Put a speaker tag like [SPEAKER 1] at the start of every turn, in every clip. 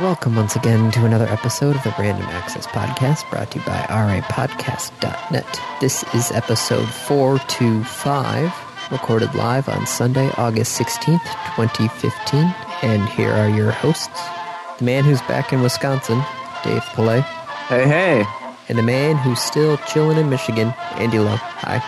[SPEAKER 1] Welcome once again to another episode of the Random Access Podcast brought to you by rapodcast.net. This is episode 425, recorded live on Sunday, August 16th, 2015. And here are your hosts the man who's back in Wisconsin, Dave Pillay,
[SPEAKER 2] Hey, hey,
[SPEAKER 1] and the man who's still chilling in Michigan, Andy Lowe. Hi.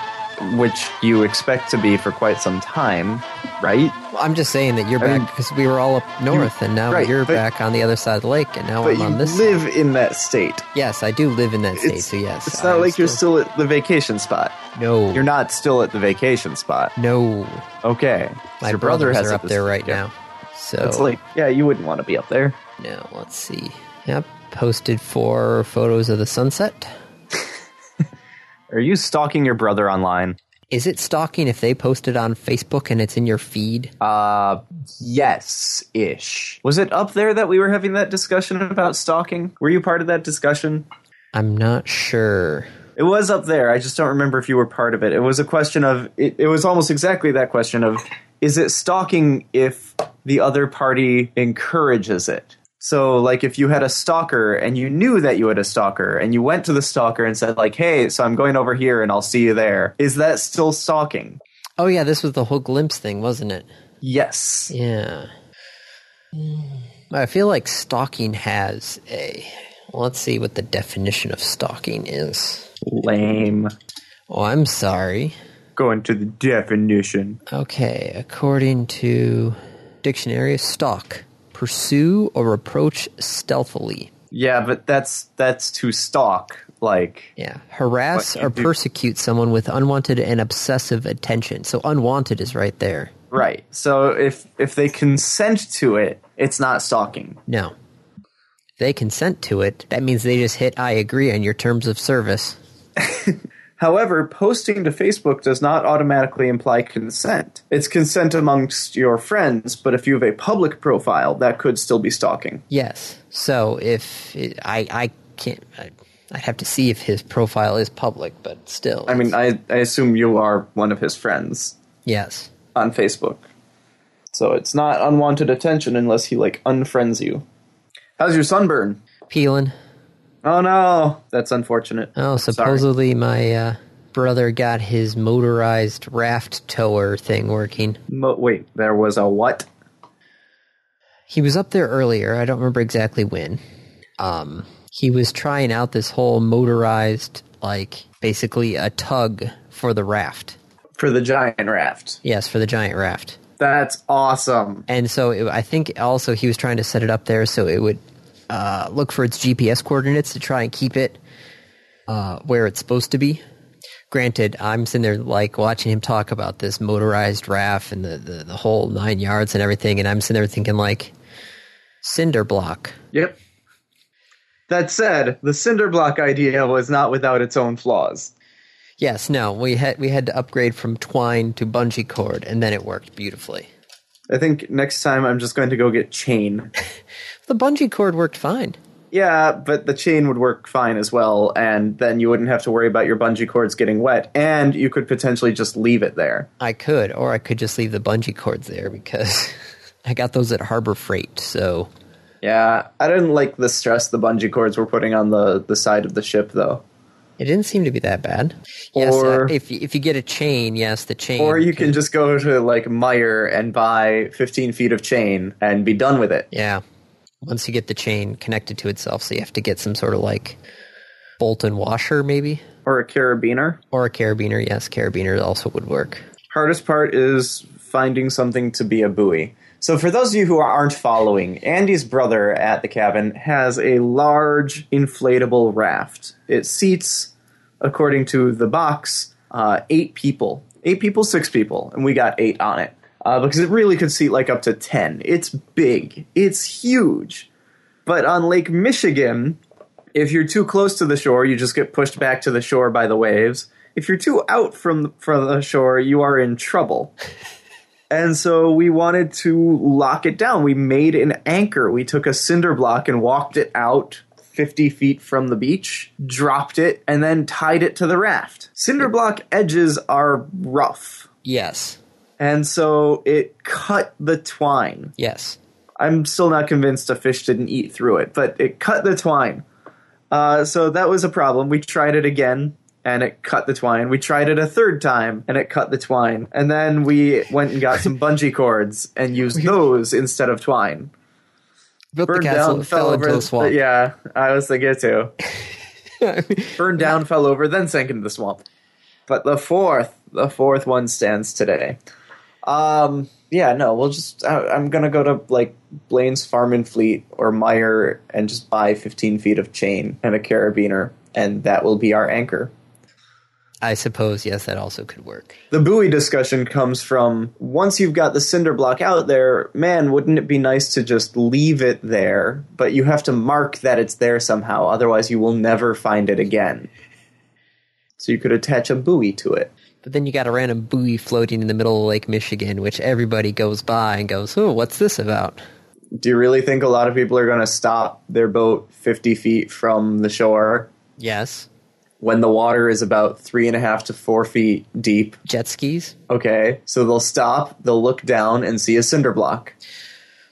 [SPEAKER 2] which you expect to be for quite some time, right?
[SPEAKER 1] Well, I'm just saying that you're
[SPEAKER 2] I mean,
[SPEAKER 1] back because we were all up north, and now
[SPEAKER 2] right,
[SPEAKER 1] you're
[SPEAKER 2] but-
[SPEAKER 1] back on the other side of the lake, and now
[SPEAKER 2] But
[SPEAKER 1] I'm
[SPEAKER 2] you
[SPEAKER 1] on this. side.
[SPEAKER 2] live in that state.
[SPEAKER 1] Yes, I do live in that state,
[SPEAKER 2] It's-
[SPEAKER 1] so yes.
[SPEAKER 2] It's not
[SPEAKER 1] I'm
[SPEAKER 2] like you're still at the vacation spot.
[SPEAKER 1] No.
[SPEAKER 2] You're not still at the vacation spot.
[SPEAKER 1] No,
[SPEAKER 2] Okay.
[SPEAKER 1] my
[SPEAKER 2] Your brother
[SPEAKER 1] brothers
[SPEAKER 2] has
[SPEAKER 1] are
[SPEAKER 2] it
[SPEAKER 1] up
[SPEAKER 2] this
[SPEAKER 1] there right
[SPEAKER 2] weekend.
[SPEAKER 1] now. So
[SPEAKER 2] It's like, yeah, you wouldn't want to be up there.
[SPEAKER 1] now let's see. Yep, posted four photos of the sunset.
[SPEAKER 2] Are you stalking your brother online?
[SPEAKER 1] Is it stalking if they post it on Facebook and it's in your feed?
[SPEAKER 2] Uh, yes, ish. Was it up there that we were having that discussion about stalking? Were you part of that discussion?
[SPEAKER 1] I'm not sure.
[SPEAKER 2] It was up there. I just don't remember if you were part of it. It was a question of. It, it was almost exactly that question of: Is it stalking if the other party encourages it? So, like, if you had a stalker and you knew that you had a stalker, and you went to the stalker and said, like, "Hey, so I'm going over here, and I'll see you there," is that still stalking?
[SPEAKER 1] Oh yeah, this was the whole glimpse thing, wasn't it?
[SPEAKER 2] Yes.
[SPEAKER 1] Yeah. Hmm. I feel like stalking has a. Well, let's see what the definition of stalking is.
[SPEAKER 2] Lame.
[SPEAKER 1] Oh, I'm sorry.
[SPEAKER 2] Going to the definition.
[SPEAKER 1] Okay, according to dictionary, stalk, pursue or approach stealthily.
[SPEAKER 2] Yeah, but that's that's to stalk. Like,
[SPEAKER 1] Yeah, harass
[SPEAKER 2] What
[SPEAKER 1] or
[SPEAKER 2] you do-
[SPEAKER 1] persecute someone with unwanted and obsessive attention. So unwanted is right there.
[SPEAKER 2] right. So if if they consent to it, it's not stalking.
[SPEAKER 1] No. If They consent to it. That means they just hit I agree on your terms of service.
[SPEAKER 2] However, posting to Facebook does not automatically imply consent. It's consent amongst your friends, but if you have a public profile, that could still be stalking.
[SPEAKER 1] Yes. So if it, I I can't I, I'd have to see if his profile is public, but still.
[SPEAKER 2] I mean,
[SPEAKER 1] it's-
[SPEAKER 2] I, I assume you are one of his friends
[SPEAKER 1] yes.
[SPEAKER 2] on Facebook. So it's not unwanted attention unless he, like, unfriends you. How's your sunburn?
[SPEAKER 1] Peeling.
[SPEAKER 2] Oh no! That's unfortunate.
[SPEAKER 1] Oh,
[SPEAKER 2] Sorry.
[SPEAKER 1] supposedly my uh, brother got his motorized raft tower thing working.
[SPEAKER 2] Mo- wait, there was a what?
[SPEAKER 1] He was up there earlier. I don't remember exactly when. Um, he was trying out this whole motorized, like basically a tug for the raft.
[SPEAKER 2] For the giant raft.
[SPEAKER 1] Yes, for the giant raft.
[SPEAKER 2] That's awesome.
[SPEAKER 1] And so it, I think also he was trying to set it up there so it would uh, look for its GPS coordinates to try and keep it uh, where it's supposed to be. Granted, I'm sitting there like watching him talk about this motorized raft and the, the, the whole nine yards and everything, and I'm sitting there thinking like cinder block.
[SPEAKER 2] Yep. That said, the cinder block idea was not without its own flaws.
[SPEAKER 1] Yes, no, we had we had to upgrade from twine to bungee cord, and then it worked beautifully.
[SPEAKER 2] I think next time I'm just going to go get chain.
[SPEAKER 1] The bungee cord worked fine.
[SPEAKER 2] yeah, but the chain would work fine as well, and then you wouldn't have to worry about your bungee cords getting wet, and you could potentially just leave it there.
[SPEAKER 1] I could, or I could just leave the bungee cords there because I got those at Harbor Freight. So
[SPEAKER 2] Yeah, I didn't like the stress the bungee cords were putting on the, the side of the ship, though.
[SPEAKER 1] it didn't seem to be that bad. Yes,
[SPEAKER 2] Or-
[SPEAKER 1] uh, if you- if you get a chain, yes, the chain.
[SPEAKER 2] Or you can just go to, like, Meyer and buy 15 feet of chain and be done with it.
[SPEAKER 1] yeah. Once you get the chain connected to itself, so you have to get some sort of like bolt and washer, maybe,
[SPEAKER 2] Or a carabiner.
[SPEAKER 1] or a carabiner. Yes, carabiner also would work.
[SPEAKER 2] hardest part is finding something to be a buoy. So, for those of you who aren't following, Andy's brother at the cabin has a large inflatable raft. It seats, according to the box, uh, eight people. Eight people, six people, and we got eight on it. Uh, because it really could seat like up to 10. It's big, it's huge. But on Lake Michigan, if you're too close to the shore, you just get pushed back to the shore by the waves. If you're too out from the, from the shore, you are in trouble. And so we wanted to lock it down. We made an anchor. We took a cinder block and walked it out 50 feet from the beach, dropped it, and then tied it to the raft. Cinder block edges are rough.
[SPEAKER 1] Yes,
[SPEAKER 2] And so it cut the twine.
[SPEAKER 1] yes.
[SPEAKER 2] I'm still not convinced a fish didn't eat through it, but it cut the twine. Uh, so that was a problem. We tried it again, and it cut the twine. We tried it a third time, and it cut the twine. And then we went and got some bungee cords and used those instead of twine.
[SPEAKER 1] Built the castle, it fell into
[SPEAKER 2] th-
[SPEAKER 1] the swamp.
[SPEAKER 2] Yeah, I was thinking too. Burned down, fell over, then sank into the swamp. But the fourth, the fourth one stands today. Um, yeah, no, we'll just. I, I'm gonna go to like Blaine's Farm and Fleet or Meyer and just buy 15 feet of chain and a carabiner, and that will be our anchor.
[SPEAKER 1] I suppose yes, that also could work.
[SPEAKER 2] The buoy discussion comes from once you've got the cinder block out there, man, wouldn't it be nice to just leave it there? But you have to mark that it's there somehow, otherwise, you will never find it again. So you could attach a buoy to it.
[SPEAKER 1] But then you got a random buoy floating in the middle of Lake Michigan, which everybody goes by and goes, "Oh, what's this about?"
[SPEAKER 2] Do you really think a lot of people are going to stop their boat 50 feet from the shore
[SPEAKER 1] Yes,
[SPEAKER 2] when the water is about three and a half to four feet deep?
[SPEAKER 1] jet skis.
[SPEAKER 2] Okay, so they'll stop, they'll look down and see a cinder block.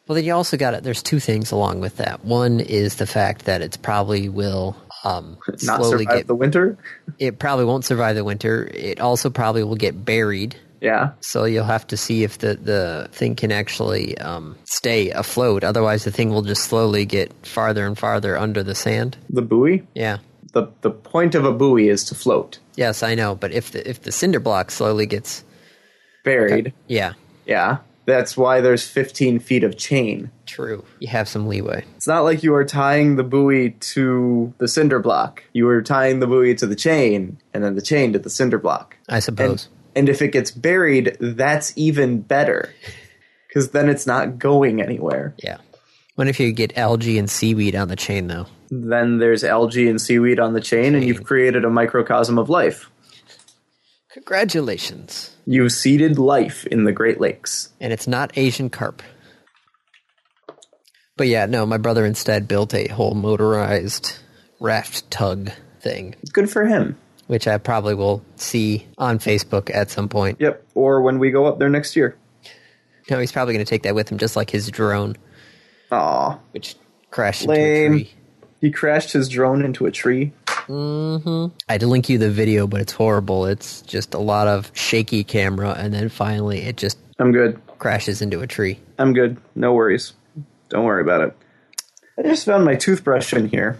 [SPEAKER 1] Well, then you also got it. There's two things along with that. One is the fact that it's probably will um,
[SPEAKER 2] Not
[SPEAKER 1] slowly
[SPEAKER 2] survive
[SPEAKER 1] get.
[SPEAKER 2] the winter?
[SPEAKER 1] it probably won't survive the winter. It also probably will get buried.
[SPEAKER 2] Yeah.
[SPEAKER 1] So you'll have to see if the, the thing can actually um, stay afloat. Otherwise, the thing will just slowly get farther and farther under the sand.
[SPEAKER 2] The buoy?
[SPEAKER 1] Yeah.
[SPEAKER 2] the the point of a buoy is to float,
[SPEAKER 1] Yes, I know. But if the, if the cinder block slowly gets,
[SPEAKER 2] buried.
[SPEAKER 1] yeah,
[SPEAKER 2] Yeah, that's why there's 15 feet of chain.
[SPEAKER 1] true. You have some leeway.
[SPEAKER 2] It's not like you are tying the buoy to the cinder block. You are tying the buoy to the chain, and then the chain to the cinder block.
[SPEAKER 1] I suppose.
[SPEAKER 2] And if it gets buried, that's even better, because then it's not going anywhere.
[SPEAKER 1] yeah. What if you get algae and seaweed on the chain though?
[SPEAKER 2] Then there's algae and seaweed on the chain, and you've created a microcosm of life.
[SPEAKER 1] Congratulations.
[SPEAKER 2] You've seeded life in the Great Lakes.
[SPEAKER 1] and it's not Asian carp. But yeah, no, my brother instead built a whole motorized raft tug thing,
[SPEAKER 2] It's good for him.
[SPEAKER 1] which I probably will see on Facebook at some point.
[SPEAKER 2] Yep. Or when we go up there next year.
[SPEAKER 1] No, he's probably going to take that with him, just like his drone,
[SPEAKER 2] Aw.
[SPEAKER 1] which crashed
[SPEAKER 2] Lame.
[SPEAKER 1] into a tree.
[SPEAKER 2] He crashed his drone into a tree.
[SPEAKER 1] I'd link you the video, but it's horrible. It's just a lot of shaky camera, and then finally it just
[SPEAKER 2] I'm good.
[SPEAKER 1] crashes into a tree.
[SPEAKER 2] I'm good. No worries. Don't worry about it. I just found my toothbrush in here,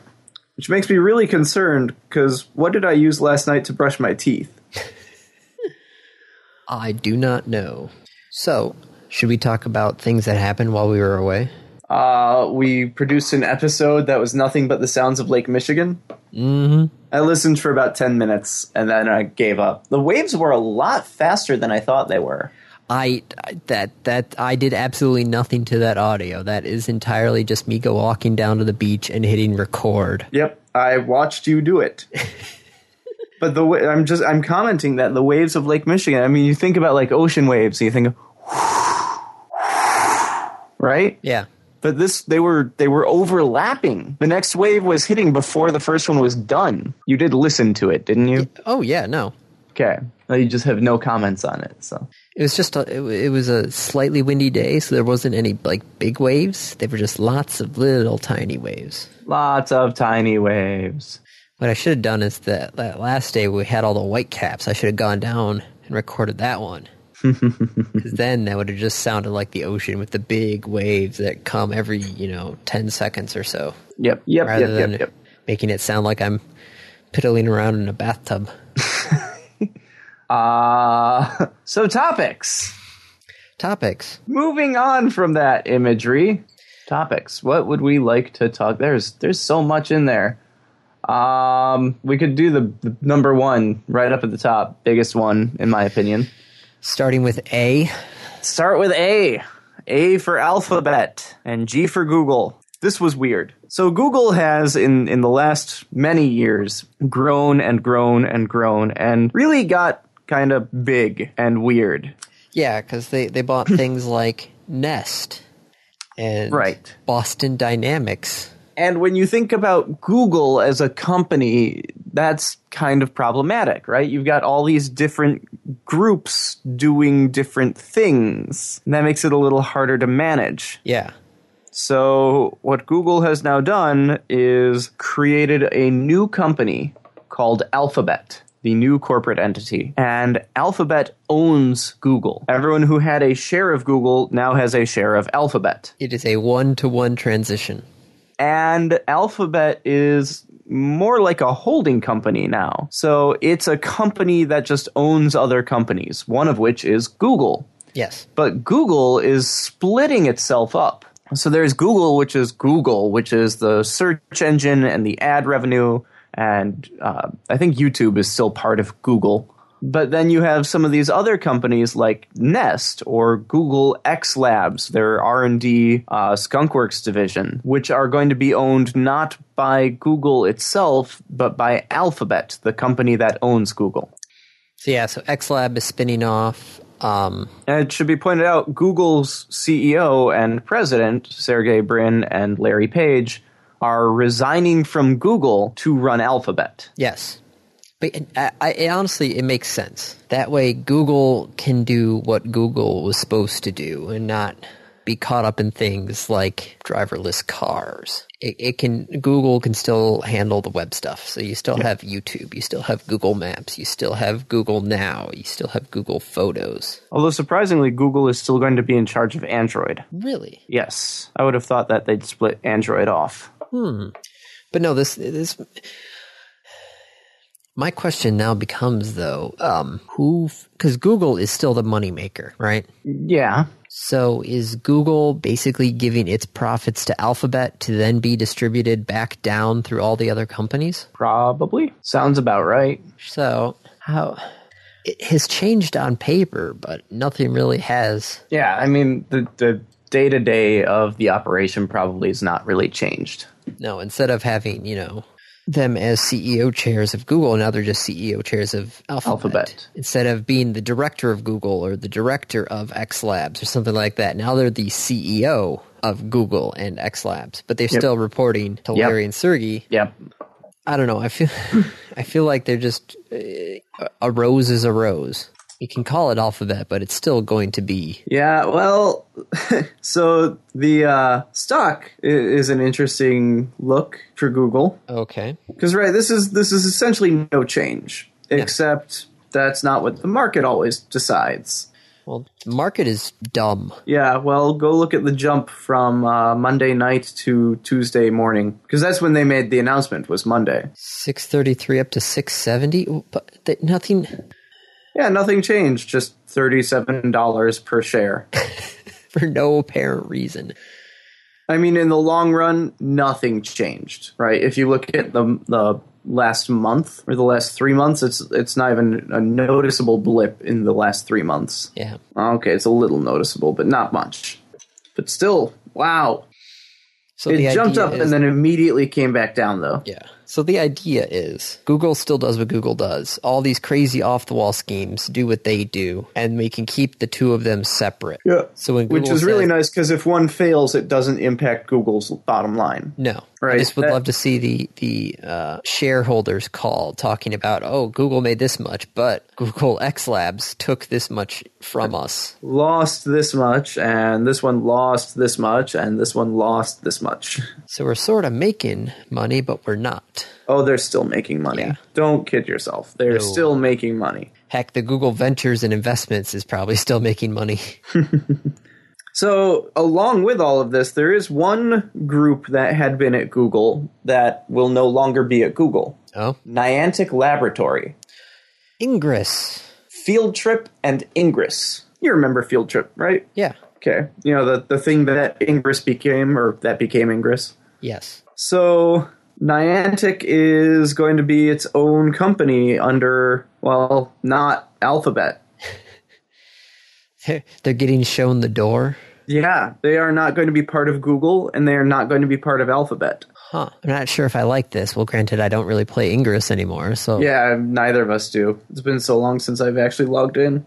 [SPEAKER 2] which makes me really concerned because what did I use last night to brush my teeth?
[SPEAKER 1] I do not know. So, should we talk about things that happened while we were away?
[SPEAKER 2] Uh, we produced an episode that was nothing but the sounds of Lake Michigan. Mm-hmm. I listened for about 10 minutes and then I gave up. The waves were a lot faster than I thought they were.
[SPEAKER 1] I I- that that I did absolutely nothing to that audio. That is entirely just me go walking down to the beach and hitting record.
[SPEAKER 2] Yep, I watched you do it. but the wa- I'm just I'm commenting that the waves of Lake Michigan. I mean, you think about like ocean waves, and you think, of right?
[SPEAKER 1] Yeah.
[SPEAKER 2] But this they were they were overlapping. The next wave was hitting before the first one was done. You did listen to it, didn't you?
[SPEAKER 1] Oh yeah, no.
[SPEAKER 2] Okay. Now you just have no comments on it. So
[SPEAKER 1] It was just a, it, wa- it was a slightly windy day, so there wasn't any like big waves. They were just lots of little tiny waves.
[SPEAKER 2] lots of tiny waves.
[SPEAKER 1] What I should have done is that that last day we had all the white caps. I should have gone down and recorded that one. 'Cause then that would have just sounded like the ocean with the big waves that come every, you know, 10 seconds or so.
[SPEAKER 2] Yep. Yep.
[SPEAKER 1] rather
[SPEAKER 2] Yep.
[SPEAKER 1] than
[SPEAKER 2] Yep. Yep.
[SPEAKER 1] making it sound like I'm piddling around in a bathtub.
[SPEAKER 2] Uh, so topics.
[SPEAKER 1] Topics.
[SPEAKER 2] moving on from that imagery topics what would we like to talk there's there's so much in there um we could do the, the number one right up at the top biggest one in my opinion
[SPEAKER 1] Starting with A.
[SPEAKER 2] start with a a for alphabet and g for google this was weird so google has in in the last many years grown and grown and grown and really got kind of big and weird
[SPEAKER 1] Yeah, because they, they bought things like Nest and
[SPEAKER 2] Right.
[SPEAKER 1] Boston Dynamics.
[SPEAKER 2] And when you think about Google as a company, that's kind of problematic, right? You've got all these different groups doing different things. And that makes it a little harder to manage.
[SPEAKER 1] Yeah.
[SPEAKER 2] So, what Google has now done is created a new company called Alphabet, the new corporate entity. And Alphabet owns Google. Everyone who had a share of Google now has a share of Alphabet.
[SPEAKER 1] It is a one to one transition.
[SPEAKER 2] And Alphabet is more like a holding company now. So, it's a company that just owns other companies, one of which is Google.
[SPEAKER 1] Yes.
[SPEAKER 2] But Google is splitting itself up. So there's Google, which is Google, which is the search engine and the ad revenue. And uh, I think YouTube is still part of Google. But then you have some of these other companies like Nest or Google X Labs, their R&D uh, Skunkworks division, which are going to be owned not by Google itself, but by Alphabet, the company that owns Google.
[SPEAKER 1] So yeah, so XLab is spinning off. Um,
[SPEAKER 2] And it should be pointed out Google's CEO and president, Sergey Brin and Larry Page, are resigning from Google to run Alphabet.
[SPEAKER 1] yes. But I, I, it honestly, it makes sense. That way, Google can do what Google was supposed to do and not be caught up in things like driverless cars. It, it can Google can still handle the web stuff. So you still have YouTube, you still have Google Maps, you still have Google Now, you still have Google Photos.
[SPEAKER 2] Although surprisingly, Google is still going to be in charge of Android.
[SPEAKER 1] Really?
[SPEAKER 2] Yes, I would have thought that they'd split Android off.
[SPEAKER 1] But no, this this my question now becomes though, um, who because Google is still the moneymaker, right?
[SPEAKER 2] Yeah.
[SPEAKER 1] So is Google basically giving its profits to Alphabet to then be distributed back down through all the other companies?
[SPEAKER 2] Probably. Sounds about right.
[SPEAKER 1] So how it has changed on paper, but nothing really has.
[SPEAKER 2] Yeah, I mean, the, the day-to-day of the operation probably is not really changed.
[SPEAKER 1] No, instead of having you know them as CEO chairs of Google, now they're just CEO chairs of Alphabet.
[SPEAKER 2] Alphabet.
[SPEAKER 1] Instead of being the director of Google or the director of X Labs or something like that, now they're the CEO of Google and X Labs, but they're still reporting to
[SPEAKER 2] Yep.
[SPEAKER 1] Larry and Sergey.
[SPEAKER 2] Yep.
[SPEAKER 1] I don't know. I feel I feel like they're just uh, a rose is a rose. You can call it Alphabet, but it's still going to be
[SPEAKER 2] Yeah, well, so the uh, stock i- is an interesting look for Google
[SPEAKER 1] okay.
[SPEAKER 2] because right, this is this is essentially no change, except that's not what the market always decides.
[SPEAKER 1] Well, the market is dumb.
[SPEAKER 2] Yeah, well, go look at the jump from uh, Monday night to Tuesday morning because that's when they made the announcement was Monday.
[SPEAKER 1] Six thirty three up to six seventy, but they, nothing.
[SPEAKER 2] Yeah, nothing changed, just thirty-seven dollars per share.
[SPEAKER 1] for no apparent reason.
[SPEAKER 2] I mean, in the long run, nothing changed, right? If you look at the the last month or the last three months, it's it's not even a noticeable blip in the last three months.
[SPEAKER 1] Yeah.
[SPEAKER 2] Okay, it's a little noticeable, but not much. But still, wow!
[SPEAKER 1] So
[SPEAKER 2] It
[SPEAKER 1] the
[SPEAKER 2] jumped
[SPEAKER 1] idea
[SPEAKER 2] up
[SPEAKER 1] is,
[SPEAKER 2] and then immediately came back down, though.
[SPEAKER 1] yeah. So the idea is Google still does what Google does. All these crazy off the wall schemes do what they do, and we can keep the two of them separate. So when
[SPEAKER 2] which
[SPEAKER 1] Google
[SPEAKER 2] is really
[SPEAKER 1] says-
[SPEAKER 2] nice because if one fails, it doesn't impact Google's bottom line.
[SPEAKER 1] No, I
[SPEAKER 2] Right,
[SPEAKER 1] just would
[SPEAKER 2] that-
[SPEAKER 1] love to see the the uh, shareholders call talking about oh Google made this much, but Google X Labs took this much from us.
[SPEAKER 2] Lost this much, and this one lost this much, and this one lost this much.
[SPEAKER 1] So we're sort of making money, but we're not.
[SPEAKER 2] Oh, they're still making money.
[SPEAKER 1] Yeah.
[SPEAKER 2] Don't kid yourself. They're still making money.
[SPEAKER 1] Heck, the Google Ventures and Investments is probably still making money.
[SPEAKER 2] So, along with all of this, there is one group that had been at Google that will no longer be at Google
[SPEAKER 1] Oh,
[SPEAKER 2] Niantic Laboratory,
[SPEAKER 1] Ingress.
[SPEAKER 2] Field Trip, and Ingress. You remember Field Trip, right?
[SPEAKER 1] Yeah.
[SPEAKER 2] Okay. You know, the, the thing that Ingress became, or that became Ingress.
[SPEAKER 1] Yes.
[SPEAKER 2] So Niantic is going to be its own company under, well, not Alphabet.
[SPEAKER 1] They're they're getting shown the door.
[SPEAKER 2] Yeah, they are not going to be part of Google, and they are not going to be part of Alphabet.
[SPEAKER 1] Huh. I'm not sure if I like this. Well, granted, I don't really play Ingress anymore, so
[SPEAKER 2] Yeah, neither of us do. It's been so long since I've actually logged in.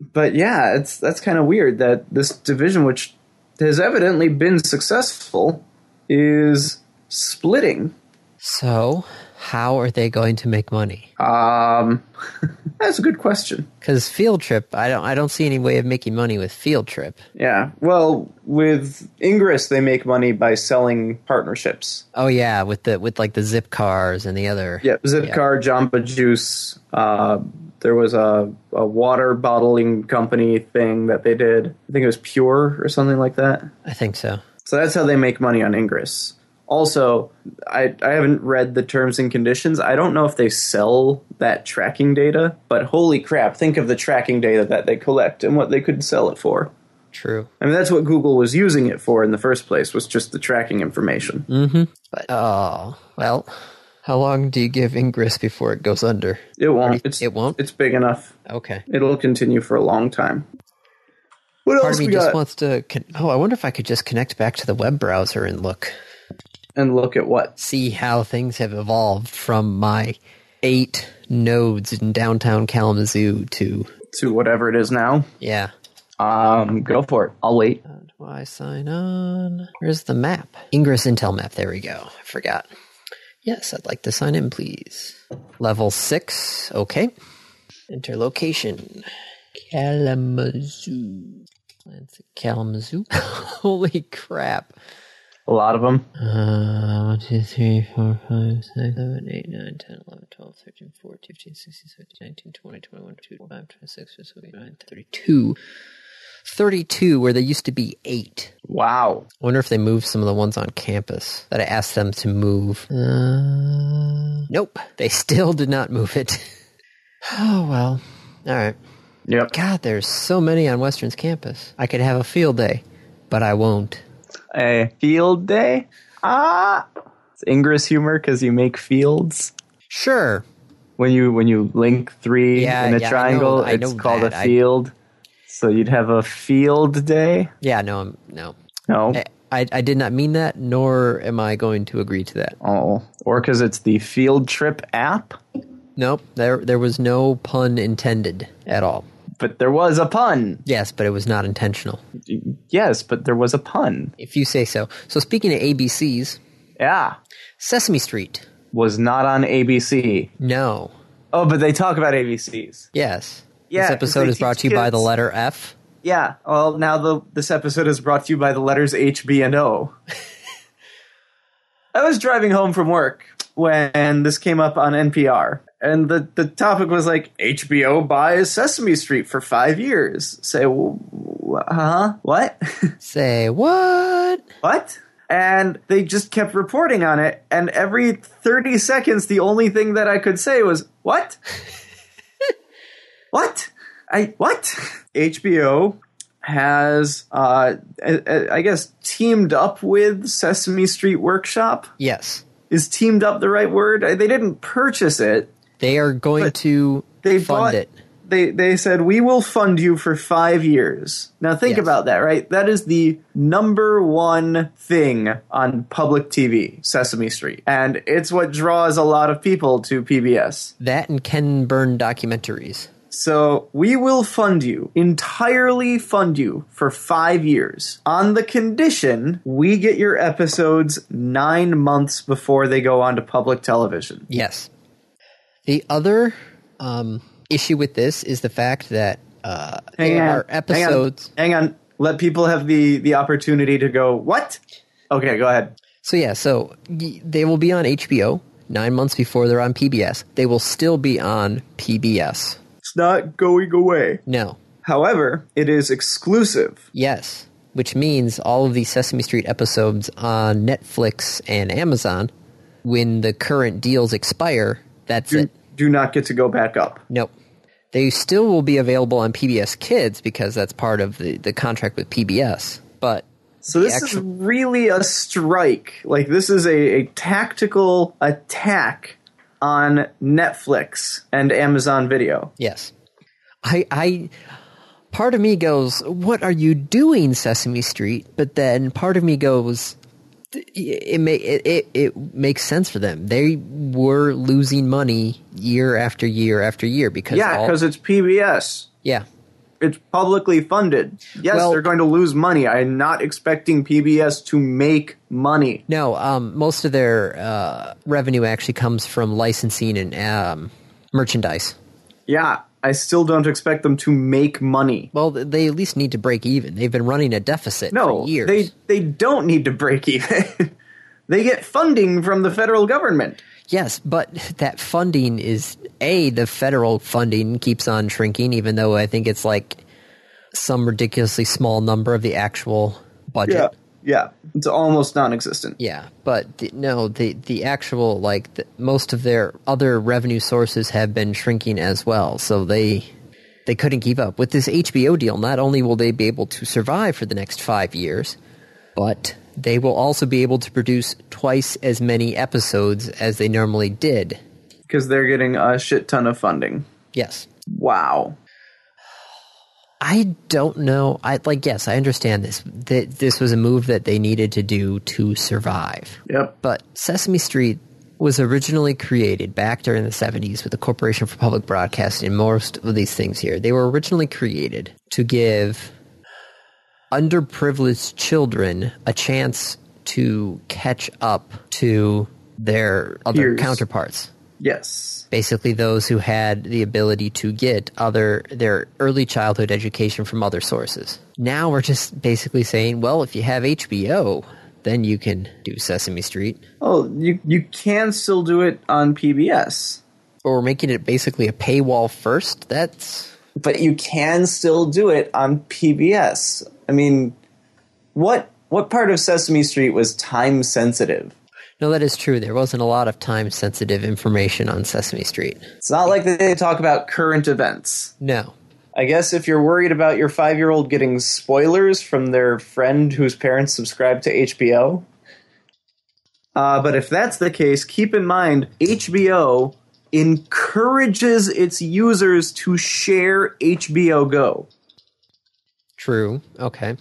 [SPEAKER 2] But yeah, it's that's kind of weird that this division, which has evidently been successful, is splitting.
[SPEAKER 1] So, how are they going to make money?
[SPEAKER 2] Um, that's a good question.
[SPEAKER 1] Because field trip, I don't, I don't see any way of making money with field trip.
[SPEAKER 2] Yeah. Well, with Ingress, they make money by selling partnerships.
[SPEAKER 1] Oh yeah, with the with like the zip cars and the other.
[SPEAKER 2] Yeah, Zipcar, Jamba Juice. Uh, there was a, a water bottling company thing that they did. I think it was Pure or something like that.
[SPEAKER 1] I think so.
[SPEAKER 2] So that's how they make money on Ingress. Also, I, I haven't read the terms and conditions. I don't know if they sell that tracking data, but holy crap, think of the tracking data that they collect and what they could sell it for.
[SPEAKER 1] True.
[SPEAKER 2] I mean, that's what Google was using it for in the first place, was just the tracking information.
[SPEAKER 1] But oh well, how long do you give Ingress before it goes under?
[SPEAKER 2] It won't. It's,
[SPEAKER 1] It won't?
[SPEAKER 2] It's big enough.
[SPEAKER 1] Okay.
[SPEAKER 2] It'll continue for a long time. What
[SPEAKER 1] Part
[SPEAKER 2] else
[SPEAKER 1] of me
[SPEAKER 2] we
[SPEAKER 1] just
[SPEAKER 2] got?
[SPEAKER 1] wants to. Con- oh, I wonder if I could just connect back to the web browser and look,
[SPEAKER 2] and look at what?
[SPEAKER 1] see how things have evolved from my eight nodes in downtown Kalamazoo to
[SPEAKER 2] To whatever it is now.
[SPEAKER 1] yeah.
[SPEAKER 2] Um, go for it. I'll wait.
[SPEAKER 1] How do I sign on? Where's the map? Ingress Intel map. There we go. I forgot. Yes, I'd like to sign in, please. Level six. Okay. Enter location. Kalamazoo. That's Kalamazoo. Holy crap.
[SPEAKER 2] A lot of them.
[SPEAKER 1] Uh, 1, 2, 3, 4, 5, 6, 7, 8, 9, 10, 11, 12, 13, 14, 15, 16, 17, 19, 20, 21, 25, 26, 27, 29, 32. 32, where there used to be 8.
[SPEAKER 2] Wow.
[SPEAKER 1] I wonder if they moved some of the ones on campus that I asked them to move. Uh, nope, they still did not move it. oh, well. All right.
[SPEAKER 2] Yep.
[SPEAKER 1] God, there's so many on Western's campus. I could have a field day, but I won't.
[SPEAKER 2] A field day? Ah. It's Ingress humor because you make fields.
[SPEAKER 1] Sure,
[SPEAKER 2] When you when you link three
[SPEAKER 1] Yeah,
[SPEAKER 2] in a
[SPEAKER 1] yeah, I
[SPEAKER 2] triangle,
[SPEAKER 1] know- I
[SPEAKER 2] it's
[SPEAKER 1] know
[SPEAKER 2] called
[SPEAKER 1] that.
[SPEAKER 2] a
[SPEAKER 1] I-
[SPEAKER 2] field. So you'd have a field day?
[SPEAKER 1] Yeah, no, I'm, no.
[SPEAKER 2] No.
[SPEAKER 1] I, I, I did not mean that, nor am I going to agree to that.
[SPEAKER 2] Oh. Or because it's the field trip app?
[SPEAKER 1] Nope, there there was no pun intended at all.
[SPEAKER 2] But there was a pun.
[SPEAKER 1] Yes, but it was not intentional.
[SPEAKER 2] Yes, but there was a pun.
[SPEAKER 1] If you say so. So speaking of ABCs,
[SPEAKER 2] Yeah.
[SPEAKER 1] Sesame Street.
[SPEAKER 2] Was not on ABC.
[SPEAKER 1] No.
[SPEAKER 2] Oh, but they talk about ABCs.
[SPEAKER 1] Yes.
[SPEAKER 2] Yeah,
[SPEAKER 1] this
[SPEAKER 2] 'cause
[SPEAKER 1] episode
[SPEAKER 2] they
[SPEAKER 1] is brought
[SPEAKER 2] teach
[SPEAKER 1] to you by
[SPEAKER 2] kids-
[SPEAKER 1] the letter F.
[SPEAKER 2] Yeah. Well, now the this episode is brought to you by the letters H, B, and O. I was driving home from work when this came up on NPR, and the the topic was like HBO buys Sesame Street for five years. Say, w- w- huh? What?
[SPEAKER 1] Say what?
[SPEAKER 2] what? And they just kept reporting on it, and every 30 seconds, the only thing that I could say was, What? what? I, what? HBO has, uh, I- I I guess, teamed up with Sesame Street Workshop.
[SPEAKER 1] Yes.
[SPEAKER 2] Is teamed up the right word? I- They didn't purchase it.
[SPEAKER 1] They are going
[SPEAKER 2] But
[SPEAKER 1] to
[SPEAKER 2] They
[SPEAKER 1] fund
[SPEAKER 2] bought
[SPEAKER 1] it.
[SPEAKER 2] They, they said, We will fund you for five years. Now, think
[SPEAKER 1] Yes.
[SPEAKER 2] about that, right? That is the number one thing on public TV, Sesame Street. And it's what draws a lot of people to PBS.
[SPEAKER 1] That and Ken Burn documentaries.
[SPEAKER 2] So, we will fund you, entirely fund you for five years on the condition we get your episodes nine months before they go onto public television.
[SPEAKER 1] Yes. The other um, issue with this is the fact that uh, there are episodes.
[SPEAKER 2] Hang on. Hang on. Let people have the the opportunity to go. What? Okay, go ahead.
[SPEAKER 1] So yeah, so y- they will be on HBO nine months before they're on PBS. They will still be on PBS.
[SPEAKER 2] It's not going away.
[SPEAKER 1] No,
[SPEAKER 2] However, it is exclusive.
[SPEAKER 1] yes, which means all of these Sesame Street episodes on Netflix and Amazon, when the current deals expire, that's
[SPEAKER 2] Do,
[SPEAKER 1] it.
[SPEAKER 2] do not get to go back up.
[SPEAKER 1] Nope. They still will be available on PBS Kids because that's part of the, the contract with PBS. But
[SPEAKER 2] So this is really a strike. Like this is a, a tactical attack on Netflix and Amazon Video.
[SPEAKER 1] Yes. I I part of me goes, "What are you doing, Sesame Street?" But then part of me goes, it, ma- it, it, it makes sense for them. They were losing money year after year after year because
[SPEAKER 2] Yeah,
[SPEAKER 1] all-
[SPEAKER 2] because it's PBS.
[SPEAKER 1] yeah,
[SPEAKER 2] it's publicly funded. Yes,
[SPEAKER 1] Well-
[SPEAKER 2] they're going to lose money. I'm not expecting PBS to make money.
[SPEAKER 1] No, um, most of their uh, revenue actually comes from licensing and um, merchandise.
[SPEAKER 2] Yeah, I still don't expect them to make money.
[SPEAKER 1] Well, th- they at least need to break even. They've been running a deficit
[SPEAKER 2] No,
[SPEAKER 1] for years.
[SPEAKER 2] they they don't need to break even. they get funding from the federal government.
[SPEAKER 1] yes, but that funding is a the federal funding keeps on shrinking, even though I think it's like some ridiculously small number of the actual budget.
[SPEAKER 2] yeah, it's almost non-existent.
[SPEAKER 1] Yeah, but the, no, the the actual like the, most of their other revenue sources have been shrinking as well. So they they couldn't keep up with this HBO deal. Not only will they be able to survive for the next 5 years, but they will also be able to produce twice as many episodes as they normally did.
[SPEAKER 2] because they're getting a shit ton of funding.
[SPEAKER 1] Yes.
[SPEAKER 2] Wow.
[SPEAKER 1] I don't know. I like yes, I understand this. That this was a move that they needed to do to survive.
[SPEAKER 2] Yep.
[SPEAKER 1] But Sesame Street was originally created back during the 70s with the Corporation for Public Broadcasting and most of these things here. They were originally created to give underprivileged children a chance to catch up to their other
[SPEAKER 2] Peers.
[SPEAKER 1] counterparts.
[SPEAKER 2] Yes.
[SPEAKER 1] Basically, those who had the ability to get other their early childhood education from other sources. Now we're just basically saying, well, if you have HBO, then you can do Sesame Street.
[SPEAKER 2] Oh, you you can still do it on PBS,
[SPEAKER 1] or we're making it basically a paywall first. That's
[SPEAKER 2] but you can still do it on PBS. I mean, what what part of Sesame Street was time sensitive?
[SPEAKER 1] no, that is true. There wasn't a lot of time sensitive information on Sesame Street.
[SPEAKER 2] It's not like they talk about current events.
[SPEAKER 1] No,
[SPEAKER 2] I guess if you're worried about your five year old getting spoilers from their friend whose parents subscribe to HBO. Uh, but if that's the case, keep in mind HBO encourages its users to share HBO Go.
[SPEAKER 1] true. Okay,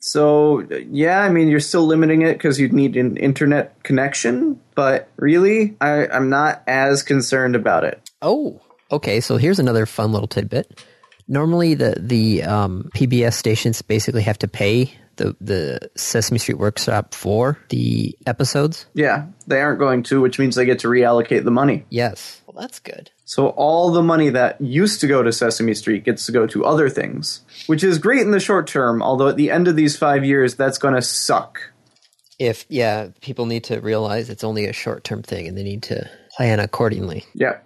[SPEAKER 2] So, yeah, I mean, you're still limiting it because you'd need an internet connection, but really, I, I'm not as concerned about it.
[SPEAKER 1] Oh, okay. So here's another fun little tidbit. Normally, the the um, PBS stations basically have to pay the the Sesame Street Workshop for the episodes.
[SPEAKER 2] Yeah, they aren't going to, which means they get to reallocate the money.
[SPEAKER 1] Yes. Well, that's good.
[SPEAKER 2] So all the money that used to go to Sesame Street gets to go to other things, which is great in the short term, although at the end of these 5 years that's going to suck.
[SPEAKER 1] If yeah, people need to realize it's only a short term thing, and they need to plan accordingly.
[SPEAKER 2] Yeah.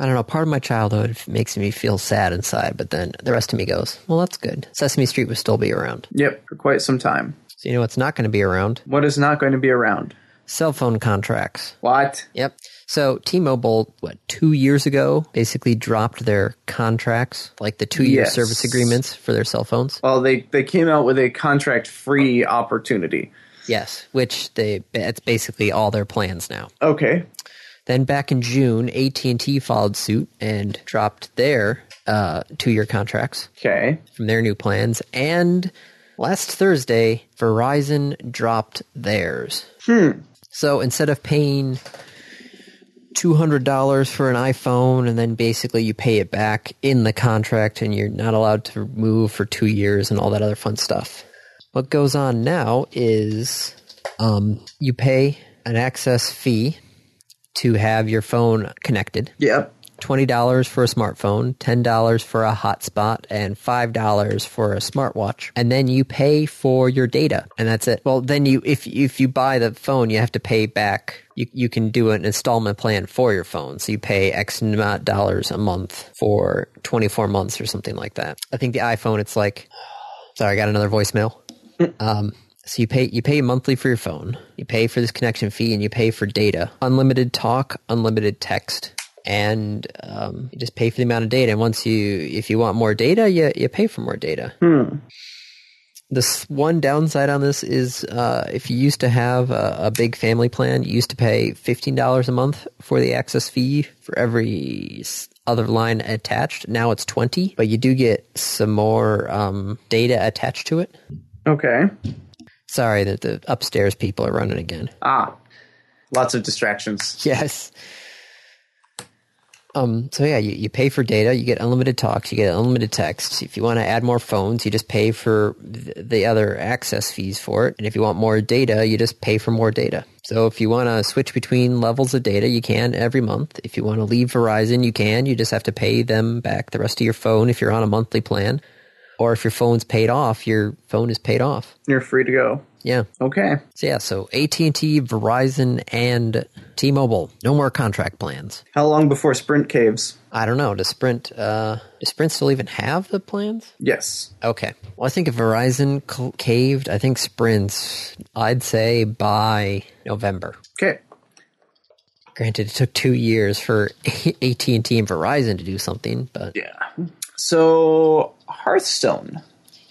[SPEAKER 1] I don't know. Part of my childhood f- makes me feel sad inside, but then the rest of me goes, well, that's good. Sesame Street will still be around.
[SPEAKER 2] Yep, for quite some time.
[SPEAKER 1] So, you know, it's not going to be around.
[SPEAKER 2] What is not going to be around?
[SPEAKER 1] Cell phone contracts.
[SPEAKER 2] What?
[SPEAKER 1] Yep. So T Mobile, what, two years ago, basically dropped their contracts, like the two year
[SPEAKER 2] Yes.
[SPEAKER 1] service agreements for their cell phones.
[SPEAKER 2] Well, they they came out with a contract free opportunity.
[SPEAKER 1] Yes. Which they, that's basically all their plans now.
[SPEAKER 2] Okay.
[SPEAKER 1] Then back in June, AT&T followed suit and dropped their uh, two year contracts.
[SPEAKER 2] Okay.
[SPEAKER 1] from their new plans. And last Thursday, Verizon dropped theirs. Hmm. So instead of paying $200 for an iPhone and then basically you pay it back in the contract and you're not allowed to move for two years and all that other fun stuff, what goes on now is um, you pay an access fee to have your phone connected.
[SPEAKER 2] Yep.
[SPEAKER 1] $20 for a smartphone, $10 for a hotspot, and $5 for a smartwatch. And then you pay for your data. And that's it. Well, then you if if you buy the phone, you have to pay back. You you can do an installment plan for your phone. So you pay X amount of dollars a month for 24 months or something like that. I think the iPhone it's like Sorry, I got another voicemail. Um, so you pay you pay monthly for your phone, you pay for this connection fee, and you pay for data, unlimited talk, unlimited text, and um, you just pay for the amount of data. And once you, if you want more data, you you pay for more data. This one downside on this is uh, if you used to have a, a big family plan, you used to pay fifteen dollars a month for the access fee for every s- other line attached. Now it's twenty, but you do get some more um, data attached to it.
[SPEAKER 2] Okay.
[SPEAKER 1] Sorry that the upstairs people are running again.
[SPEAKER 2] Ah. Lots of distractions.
[SPEAKER 1] Yes. Um, so yeah, you, you pay for data, you get unlimited talks, you get unlimited texts. If you want to add more phones, you just pay for th- the other access fees for it. And if you want more data, you just pay for more data. So if you want to switch between levels of data, you can every month. If you want to leave Verizon, you can. You just have to pay them back the rest of your phone if you're on a monthly plan. Or if your phone's paid off, your phone is paid off.
[SPEAKER 2] You're free to go.
[SPEAKER 1] Yeah.
[SPEAKER 2] Okay.
[SPEAKER 1] So yeah, so AT&T, Verizon and T-Mobile, no more contract plans.
[SPEAKER 2] How long before Sprint caves?
[SPEAKER 1] I don't know. Does Sprint uh, does Sprint still even have the plans?
[SPEAKER 2] Yes.
[SPEAKER 1] Okay. Well, I think if Verizon cl- caved, I think Sprint's. I'd say by November.
[SPEAKER 2] Okay.
[SPEAKER 1] Granted, it took two years for AT and T and Verizon to do something, but
[SPEAKER 2] Yeah. So Hearthstone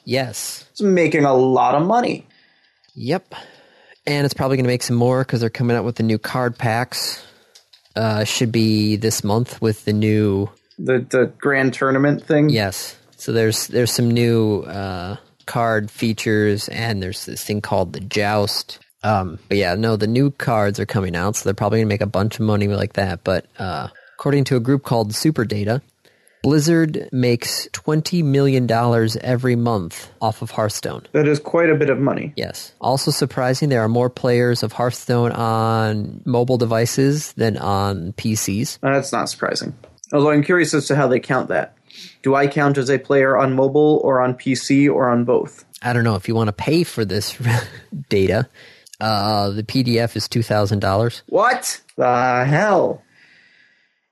[SPEAKER 1] yes,
[SPEAKER 2] is making a lot of money.
[SPEAKER 1] yep, and it's probably going to make some more because they're coming out with the new card packs. Uh, should be this month with the new
[SPEAKER 2] The the grand tournament thing.
[SPEAKER 1] Yes. So there's there's some new uh, card features, and there's this thing called the Joust. Um, but yeah, no, the new cards are coming out, so they're probably gonna make a bunch of money like that. But uh, according to a group called Super Data, Blizzard makes twenty million dollars every month off of Hearthstone.
[SPEAKER 2] That is quite a bit of money.
[SPEAKER 1] Yes. Also surprising, there are more players of Hearthstone on mobile devices than on PCs.
[SPEAKER 2] Uh, That's not surprising. Although I'm curious as to how they count that. Do I count as a player on mobile or on PC or on both?
[SPEAKER 1] I don't know if you want to pay for this data. Uh, the PDF is two thousand dollars.
[SPEAKER 2] What the hell?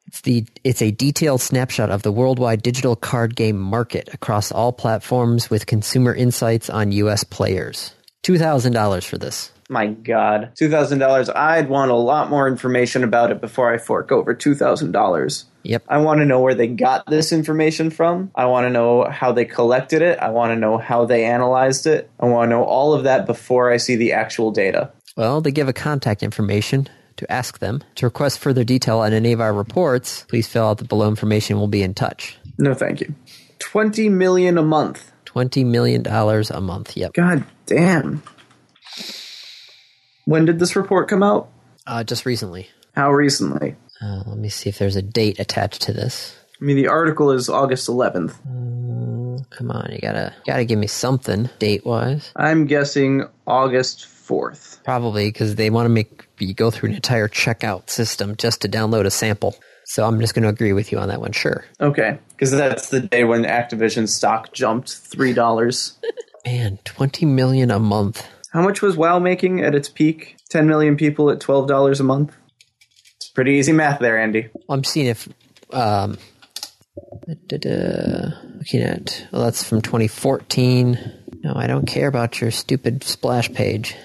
[SPEAKER 1] It's the it's a detailed snapshot of the worldwide digital card game market across all platforms with consumer insights on U.S. players. Two thousand dollars for this.
[SPEAKER 2] My God, two thousand dollars. I'd want a lot more information about it before I fork over two thousand dollars.
[SPEAKER 1] Yep.
[SPEAKER 2] I want to know where they got this information from. I want to know how they collected it. I want to know how they analyzed it. I want to know all of that before I see the actual data.
[SPEAKER 1] Well, they give a contact information to ask them to request further detail on any of our reports. Please fill out the below information. We'll be in touch.
[SPEAKER 2] No, thank you. Twenty million a month.
[SPEAKER 1] Twenty million dollars a month. Yep.
[SPEAKER 2] God damn. When did this report come out?
[SPEAKER 1] Uh, just recently.
[SPEAKER 2] How recently?
[SPEAKER 1] Uh, let me see if there's a date attached to this.
[SPEAKER 2] I mean, the article is August 11th.
[SPEAKER 1] Come on, you gotta gotta give me something date wise.
[SPEAKER 2] I'm guessing August 4th.
[SPEAKER 1] Probably because they want to make you go through an entire checkout system just to download a sample. So I'm just going to agree with you on that one. Sure,
[SPEAKER 2] Okay, because that's the day when Activision stock jumped three dollars.
[SPEAKER 1] man, twenty million a month.
[SPEAKER 2] How much was WoW making at its peak? Ten million people at twelve dollars a month. It's pretty easy math there, Andy.
[SPEAKER 1] I'm seeing if um, da-da, looking at well, that's from 2014. No, I don't care about your stupid splash page.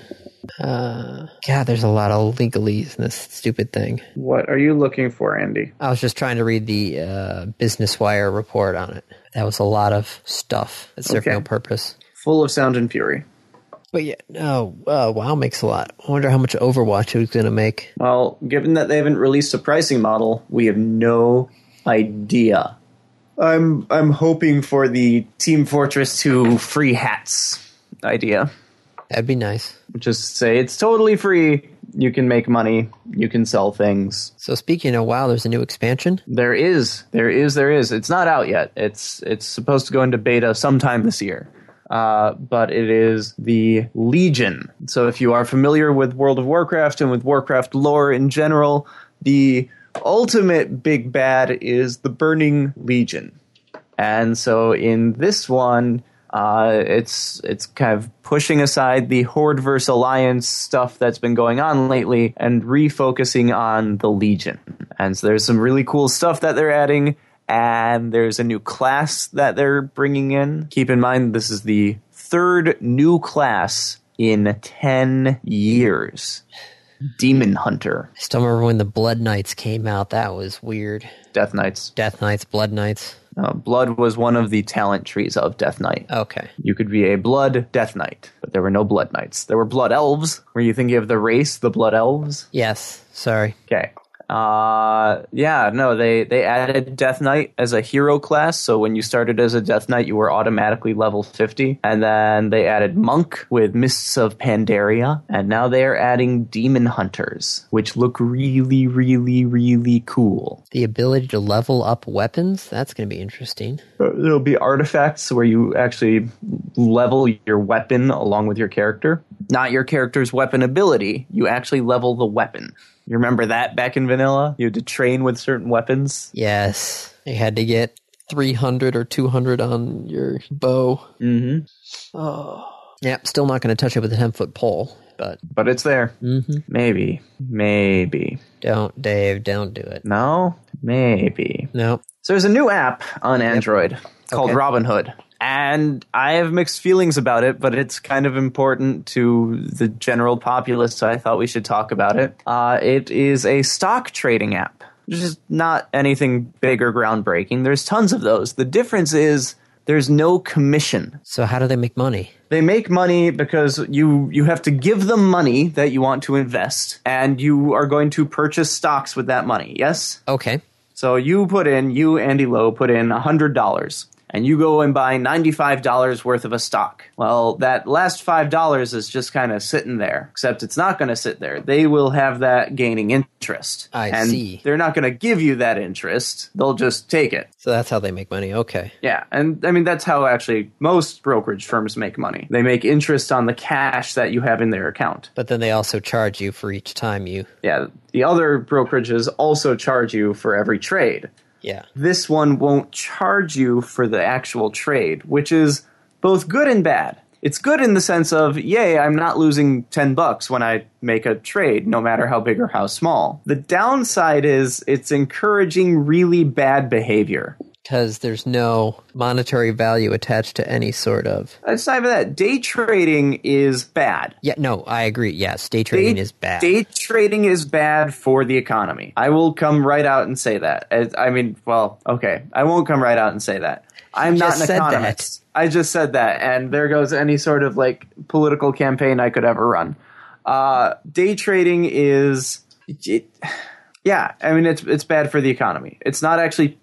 [SPEAKER 1] Uh, God, there's a lot of legalese in this stupid thing.
[SPEAKER 2] What are you looking for, Andy?
[SPEAKER 1] I was just trying to read the uh, Business Wire report on it. That was a lot of stuff that served
[SPEAKER 2] Okay.
[SPEAKER 1] no purpose.
[SPEAKER 2] Full of sound and fury.
[SPEAKER 1] But yeah, no, uh, WoW makes a lot. I wonder how much Overwatch it was going to make.
[SPEAKER 2] Well, given that they haven't released a pricing model, we have no idea. I'm I'm hoping for the Team Fortress 2 free hats idea.
[SPEAKER 1] That'd be nice.
[SPEAKER 2] Just say it's totally free. You can make money. You can sell things.
[SPEAKER 1] So speaking of WoW, there's a new expansion.
[SPEAKER 2] There is, there is, there is. It's not out yet. It's it's supposed to go into beta sometime this year. Uh, but it is the Legion. So if you are familiar with World of Warcraft and with Warcraft lore in general, the ultimate big bad is the Burning Legion. And so in this one, uh, it's it's kind of pushing aside the Horde versus Alliance stuff that's been going on lately and refocusing on the Legion. And so there's some really cool stuff that they're adding, and there's a new class that they're bringing in. Keep in mind this is the third new class in ten years. Demon Hunter,
[SPEAKER 1] I still remember when the Blood Knights came out. That was weird.
[SPEAKER 2] Death Knights.
[SPEAKER 1] Death Knights, Blood Knights.
[SPEAKER 2] Uh, Blood was one of the talent trees of Death Knight.
[SPEAKER 1] Okay.
[SPEAKER 2] You could be a blood death knight, but there were no blood knights. There were blood elves. Were you thinking of the race, the blood elves?
[SPEAKER 1] Yes. Sorry.
[SPEAKER 2] Okay. Uh, yeah, no, they, they added Death Knight as a hero class. So when you started as a Death Knight, you were automatically level 50. And then they added Monk with Mists of Pandaria. And now they are adding Demon Hunters, which look really, really, really cool.
[SPEAKER 1] The ability to level up weapons, that's going to be interesting.
[SPEAKER 2] Uh, There'll be artifacts where you actually level your weapon along with your character. Not your character's weapon ability, you actually level the weapon. You remember that back in vanilla? You had to train with certain weapons.
[SPEAKER 1] Yes. You had to get 300 or 200 on your bow.
[SPEAKER 2] Mm-hmm.
[SPEAKER 1] Yep, still not going to touch it with a 10 foot pole, but
[SPEAKER 2] But it's there. Mm-hmm. Maybe. Maybe.
[SPEAKER 1] don't, Dave, don't do it.
[SPEAKER 2] No? Maybe.
[SPEAKER 1] No.
[SPEAKER 2] So there's a new app on Android called
[SPEAKER 1] Okay.
[SPEAKER 2] Robinhood. And I have mixed feelings about it, but it's kind of important to the general populace, so I thought we should talk about it. Uh, it is a stock trading app, which is not anything big or groundbreaking. There's tons of those. The difference is there's no commission.
[SPEAKER 1] So, how do they make money?
[SPEAKER 2] they make money because you you have to give them money that you want to invest and you are going to purchase stocks with that money yes
[SPEAKER 1] Okay.
[SPEAKER 2] so you put in you andy lowe put in $100 and you go and buy $95 worth of a stock well that last $5 is just kind of sitting there except it's not going to sit there they will have that gaining interest
[SPEAKER 1] I
[SPEAKER 2] and
[SPEAKER 1] see.
[SPEAKER 2] they're not going to give you that interest they'll just take it
[SPEAKER 1] So, that's how they make money. Okay.
[SPEAKER 2] yeah, and I mean that's how actually most brokerage firms make money. They make interest on the cash that you have in their account.
[SPEAKER 1] But then they also charge you for each time you.
[SPEAKER 2] Yeah, the other brokerages also charge you for every trade.
[SPEAKER 1] Yeah.
[SPEAKER 2] This one won't charge you for the actual trade, which is both good and bad. It's good in the sense of, yay, I'm not losing 10 bucks when I make a trade, no matter how big or how small. The downside is it's encouraging really bad behavior.
[SPEAKER 1] Because there's no monetary value attached to any sort of.
[SPEAKER 2] It's not even that. Day trading is bad.
[SPEAKER 1] Yeah, no, I agree. Yes, day trading is bad.
[SPEAKER 2] Day trading is bad for the economy. I will come right out and say that. I- I mean, well, okay, I won't come right out and say that. I'm not
[SPEAKER 1] just
[SPEAKER 2] an
[SPEAKER 1] said that.
[SPEAKER 2] economist. I just said that, and there goes any sort of like political campaign I could ever run. Uh, day trading is, it, yeah, I mean, it's it's bad for the economy. It's not actually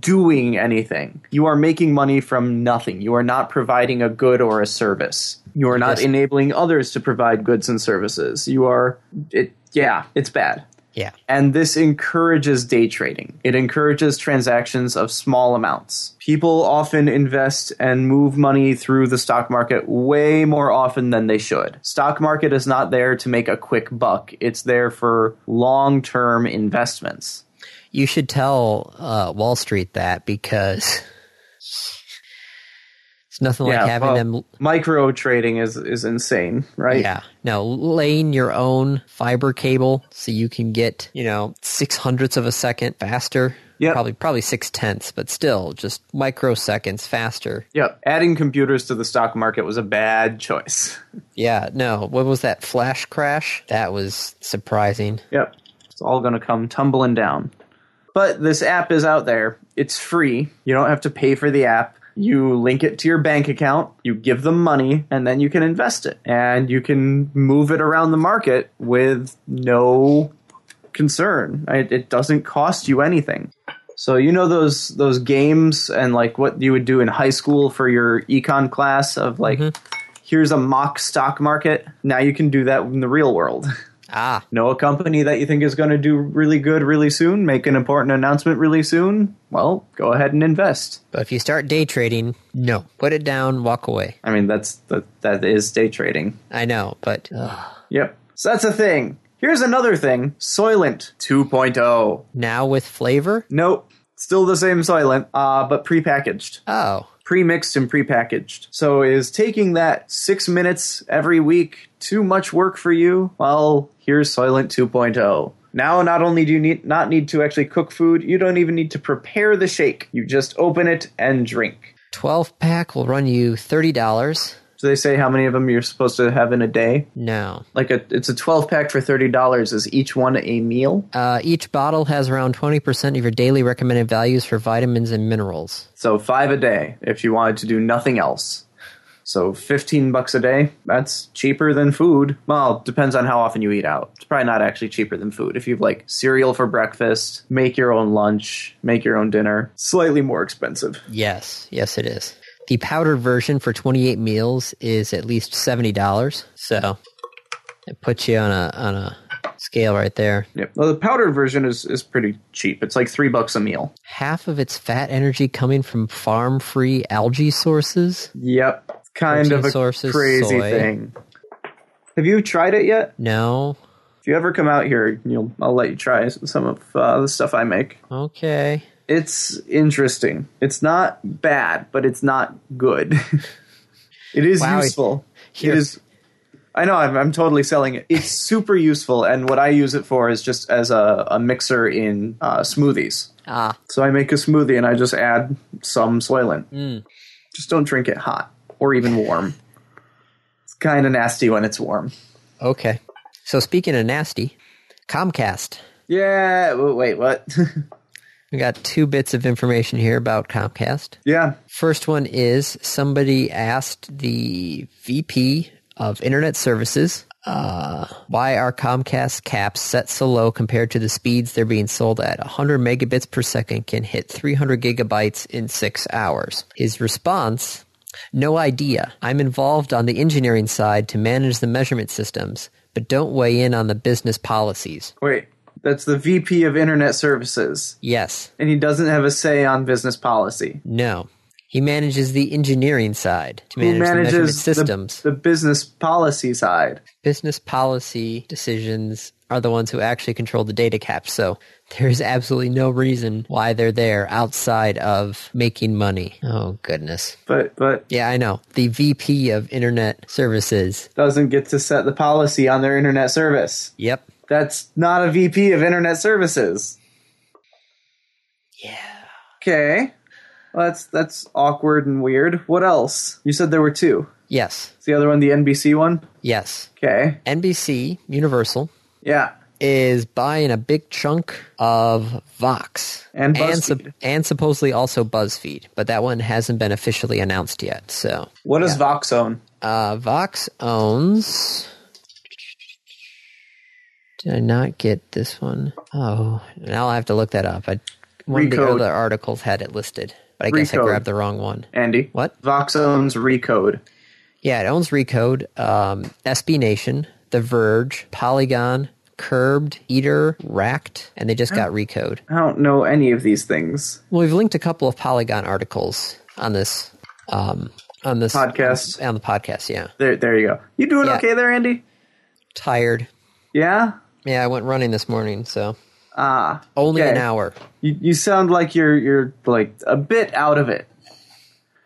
[SPEAKER 2] doing anything. You are making money from nothing. You are not providing a good or a service. You are not
[SPEAKER 1] Yes.
[SPEAKER 2] enabling others to provide goods and services. You are it yeah, it's bad.
[SPEAKER 1] yeah.
[SPEAKER 2] And this encourages day trading. It encourages transactions of small amounts. People often invest and move money through the stock market way more often than they should. Stock market is not there to make a quick buck. It's there for long-term investments.
[SPEAKER 1] You should tell uh, Wall Street that because it's nothing like having
[SPEAKER 2] well,
[SPEAKER 1] them.
[SPEAKER 2] micro trading is is insane, right?
[SPEAKER 1] Yeah. No, laying your own fiber cable so you can get, you know, six hundredths of a second faster.
[SPEAKER 2] Yep.
[SPEAKER 1] Probably, probably six tenths, but still just microseconds faster.
[SPEAKER 2] Yep. Adding computers to the stock market was a bad choice.
[SPEAKER 1] Yeah. No, what was that flash crash? That was surprising.
[SPEAKER 2] Yep. It's all going to come tumbling down. But this app is out there. It's free. You don't have to pay for the app. You link it to your bank account, you give them money, and then you can invest it. And you can move it around the market with no concern. It, it doesn't cost you anything. So you know those those games and like what you would do in high school for your econ class of like here's a mock stock market. Now you can do that in the real world.
[SPEAKER 1] Ah,
[SPEAKER 2] know a company that you think is going to do really good really soon, make an important announcement really soon, well, go ahead and invest.
[SPEAKER 1] but if you start day trading, no, put it down, walk away.
[SPEAKER 2] I mean, that's that, that is day trading.
[SPEAKER 1] I know, but
[SPEAKER 2] Yep. So that's a thing. Here's another thing, Soylent 2.0.
[SPEAKER 1] now with flavor,
[SPEAKER 2] Nope. Still the same Soylent, uh, but prepackaged.
[SPEAKER 1] oh,
[SPEAKER 2] pre-mixed and pre-packaged. So is taking that six minutes every week too much work for you? Well, here's Soylent 2.0. Now, not only do you need, not need to actually cook food, you don't even need to prepare the shake. You just open it and drink.
[SPEAKER 1] 12 pack will run you $30.
[SPEAKER 2] Do they say how many of them you're supposed to have in a day?
[SPEAKER 1] No.
[SPEAKER 2] Like a, it's a 12 pack for $30. Is each one a meal?
[SPEAKER 1] Uh, each bottle has around 20% of your daily recommended values for vitamins and minerals.
[SPEAKER 2] So five a day if you wanted to do nothing else. So 15 bucks a day, that's cheaper than food. Well, depends on how often you eat out. It's probably not actually cheaper than food. If you've like cereal for breakfast, make your own lunch, make your own dinner, slightly more expensive.
[SPEAKER 1] Yes, yes, it is. The powdered version for 28 meals is at least $70. So it puts you on a on a scale right there.
[SPEAKER 2] Yep. Well, the powdered version is, is pretty cheap. It's like three bucks a meal.
[SPEAKER 1] Half of its fat energy coming from farm-free algae sources.
[SPEAKER 2] Yep. Kind
[SPEAKER 1] Protein
[SPEAKER 2] of a
[SPEAKER 1] sources,
[SPEAKER 2] crazy
[SPEAKER 1] soy.
[SPEAKER 2] thing. Have you tried it yet?
[SPEAKER 1] No.
[SPEAKER 2] If you ever come out here, you'll, I'll let you try s- some of uh, the stuff I make.
[SPEAKER 1] Okay.
[SPEAKER 2] It's interesting. It's not bad, but it's not good. it is
[SPEAKER 1] Wow.
[SPEAKER 2] useful.
[SPEAKER 1] Here.
[SPEAKER 2] It is. I know. I'm, I'm totally selling it. It's super useful, and what I use it for is just as a, a mixer in uh, smoothies.
[SPEAKER 1] Ah,
[SPEAKER 2] So I make a smoothie and I just add some Soylent.
[SPEAKER 1] Hmm.
[SPEAKER 2] Just don't drink it hot or even warm. it's kind of nasty when it's warm.
[SPEAKER 1] okay. So speaking of nasty, Comcast.
[SPEAKER 2] Yeah. w- Wait. What?
[SPEAKER 1] We got two bits of information here about Comcast.
[SPEAKER 2] yeah.
[SPEAKER 1] First one is somebody asked the VP of Internet Services uh, why are Comcast caps set so low compared to the speeds they're being sold at? 100 megabits per second can hit 300 gigabytes in six hours. His response. No idea. I'm involved on the engineering side to manage the measurement systems, but don't weigh in on the business policies.
[SPEAKER 2] Wait. That's the VP of Internet Services,
[SPEAKER 1] Yes.
[SPEAKER 2] and he doesn't have a say on business policy.
[SPEAKER 1] No. He manages the engineering side to manage
[SPEAKER 2] Who
[SPEAKER 1] the measurement
[SPEAKER 2] manages the-
[SPEAKER 1] systems.
[SPEAKER 2] the business policy side?
[SPEAKER 1] business policy decisions are the ones who actually control the data caps. So there's absolutely no reason why they're there outside of making money. Oh, goodness.
[SPEAKER 2] But but
[SPEAKER 1] Yeah, I know. The VP of Internet Services.
[SPEAKER 2] doesn't get to set the policy on their internet service.
[SPEAKER 1] Yep.
[SPEAKER 2] That's not a VP of Internet Services.
[SPEAKER 1] Yeah.
[SPEAKER 2] Okay. Well, that's that's awkward and weird. What else? You said there were two.
[SPEAKER 1] Yes.
[SPEAKER 2] Is the other one the NBC one?
[SPEAKER 1] Yes.
[SPEAKER 2] Okay.
[SPEAKER 1] NBC Universal
[SPEAKER 2] Yeah.
[SPEAKER 1] is buying a big chunk of Vox
[SPEAKER 2] And BuzzFeed.
[SPEAKER 1] sup- and supposedly also BuzzFeed, but that one hasn't been officially announced yet. So
[SPEAKER 2] What does Vox own?
[SPEAKER 1] Uh, Vox owns. Did I not get this one? Oh, now I'll have to look that up. I, one of the
[SPEAKER 2] Recode.
[SPEAKER 1] other articles had it listed, but I guess I
[SPEAKER 2] Recode.
[SPEAKER 1] grabbed the wrong one.
[SPEAKER 2] Andy.
[SPEAKER 1] What?
[SPEAKER 2] Vox owns Recode.
[SPEAKER 1] Yeah, it owns Recode, um, SB Nation, The Verge, Polygon, Curbed, Eater, Racked, and they just got Recode.
[SPEAKER 2] I don't know any of these things.
[SPEAKER 1] Well, we've linked a couple of Polygon articles on this, um, on this
[SPEAKER 2] Podcast.
[SPEAKER 1] on the podcast. Yeah,
[SPEAKER 2] There there you go. You doing
[SPEAKER 1] Yeah.
[SPEAKER 2] okay there, Andy?
[SPEAKER 1] tired.
[SPEAKER 2] Yeah?
[SPEAKER 1] Yeah, I went running this morning, so
[SPEAKER 2] Ah.
[SPEAKER 1] only an
[SPEAKER 2] Okay.
[SPEAKER 1] hour.
[SPEAKER 2] You you sound like you're you're like a bit out of it.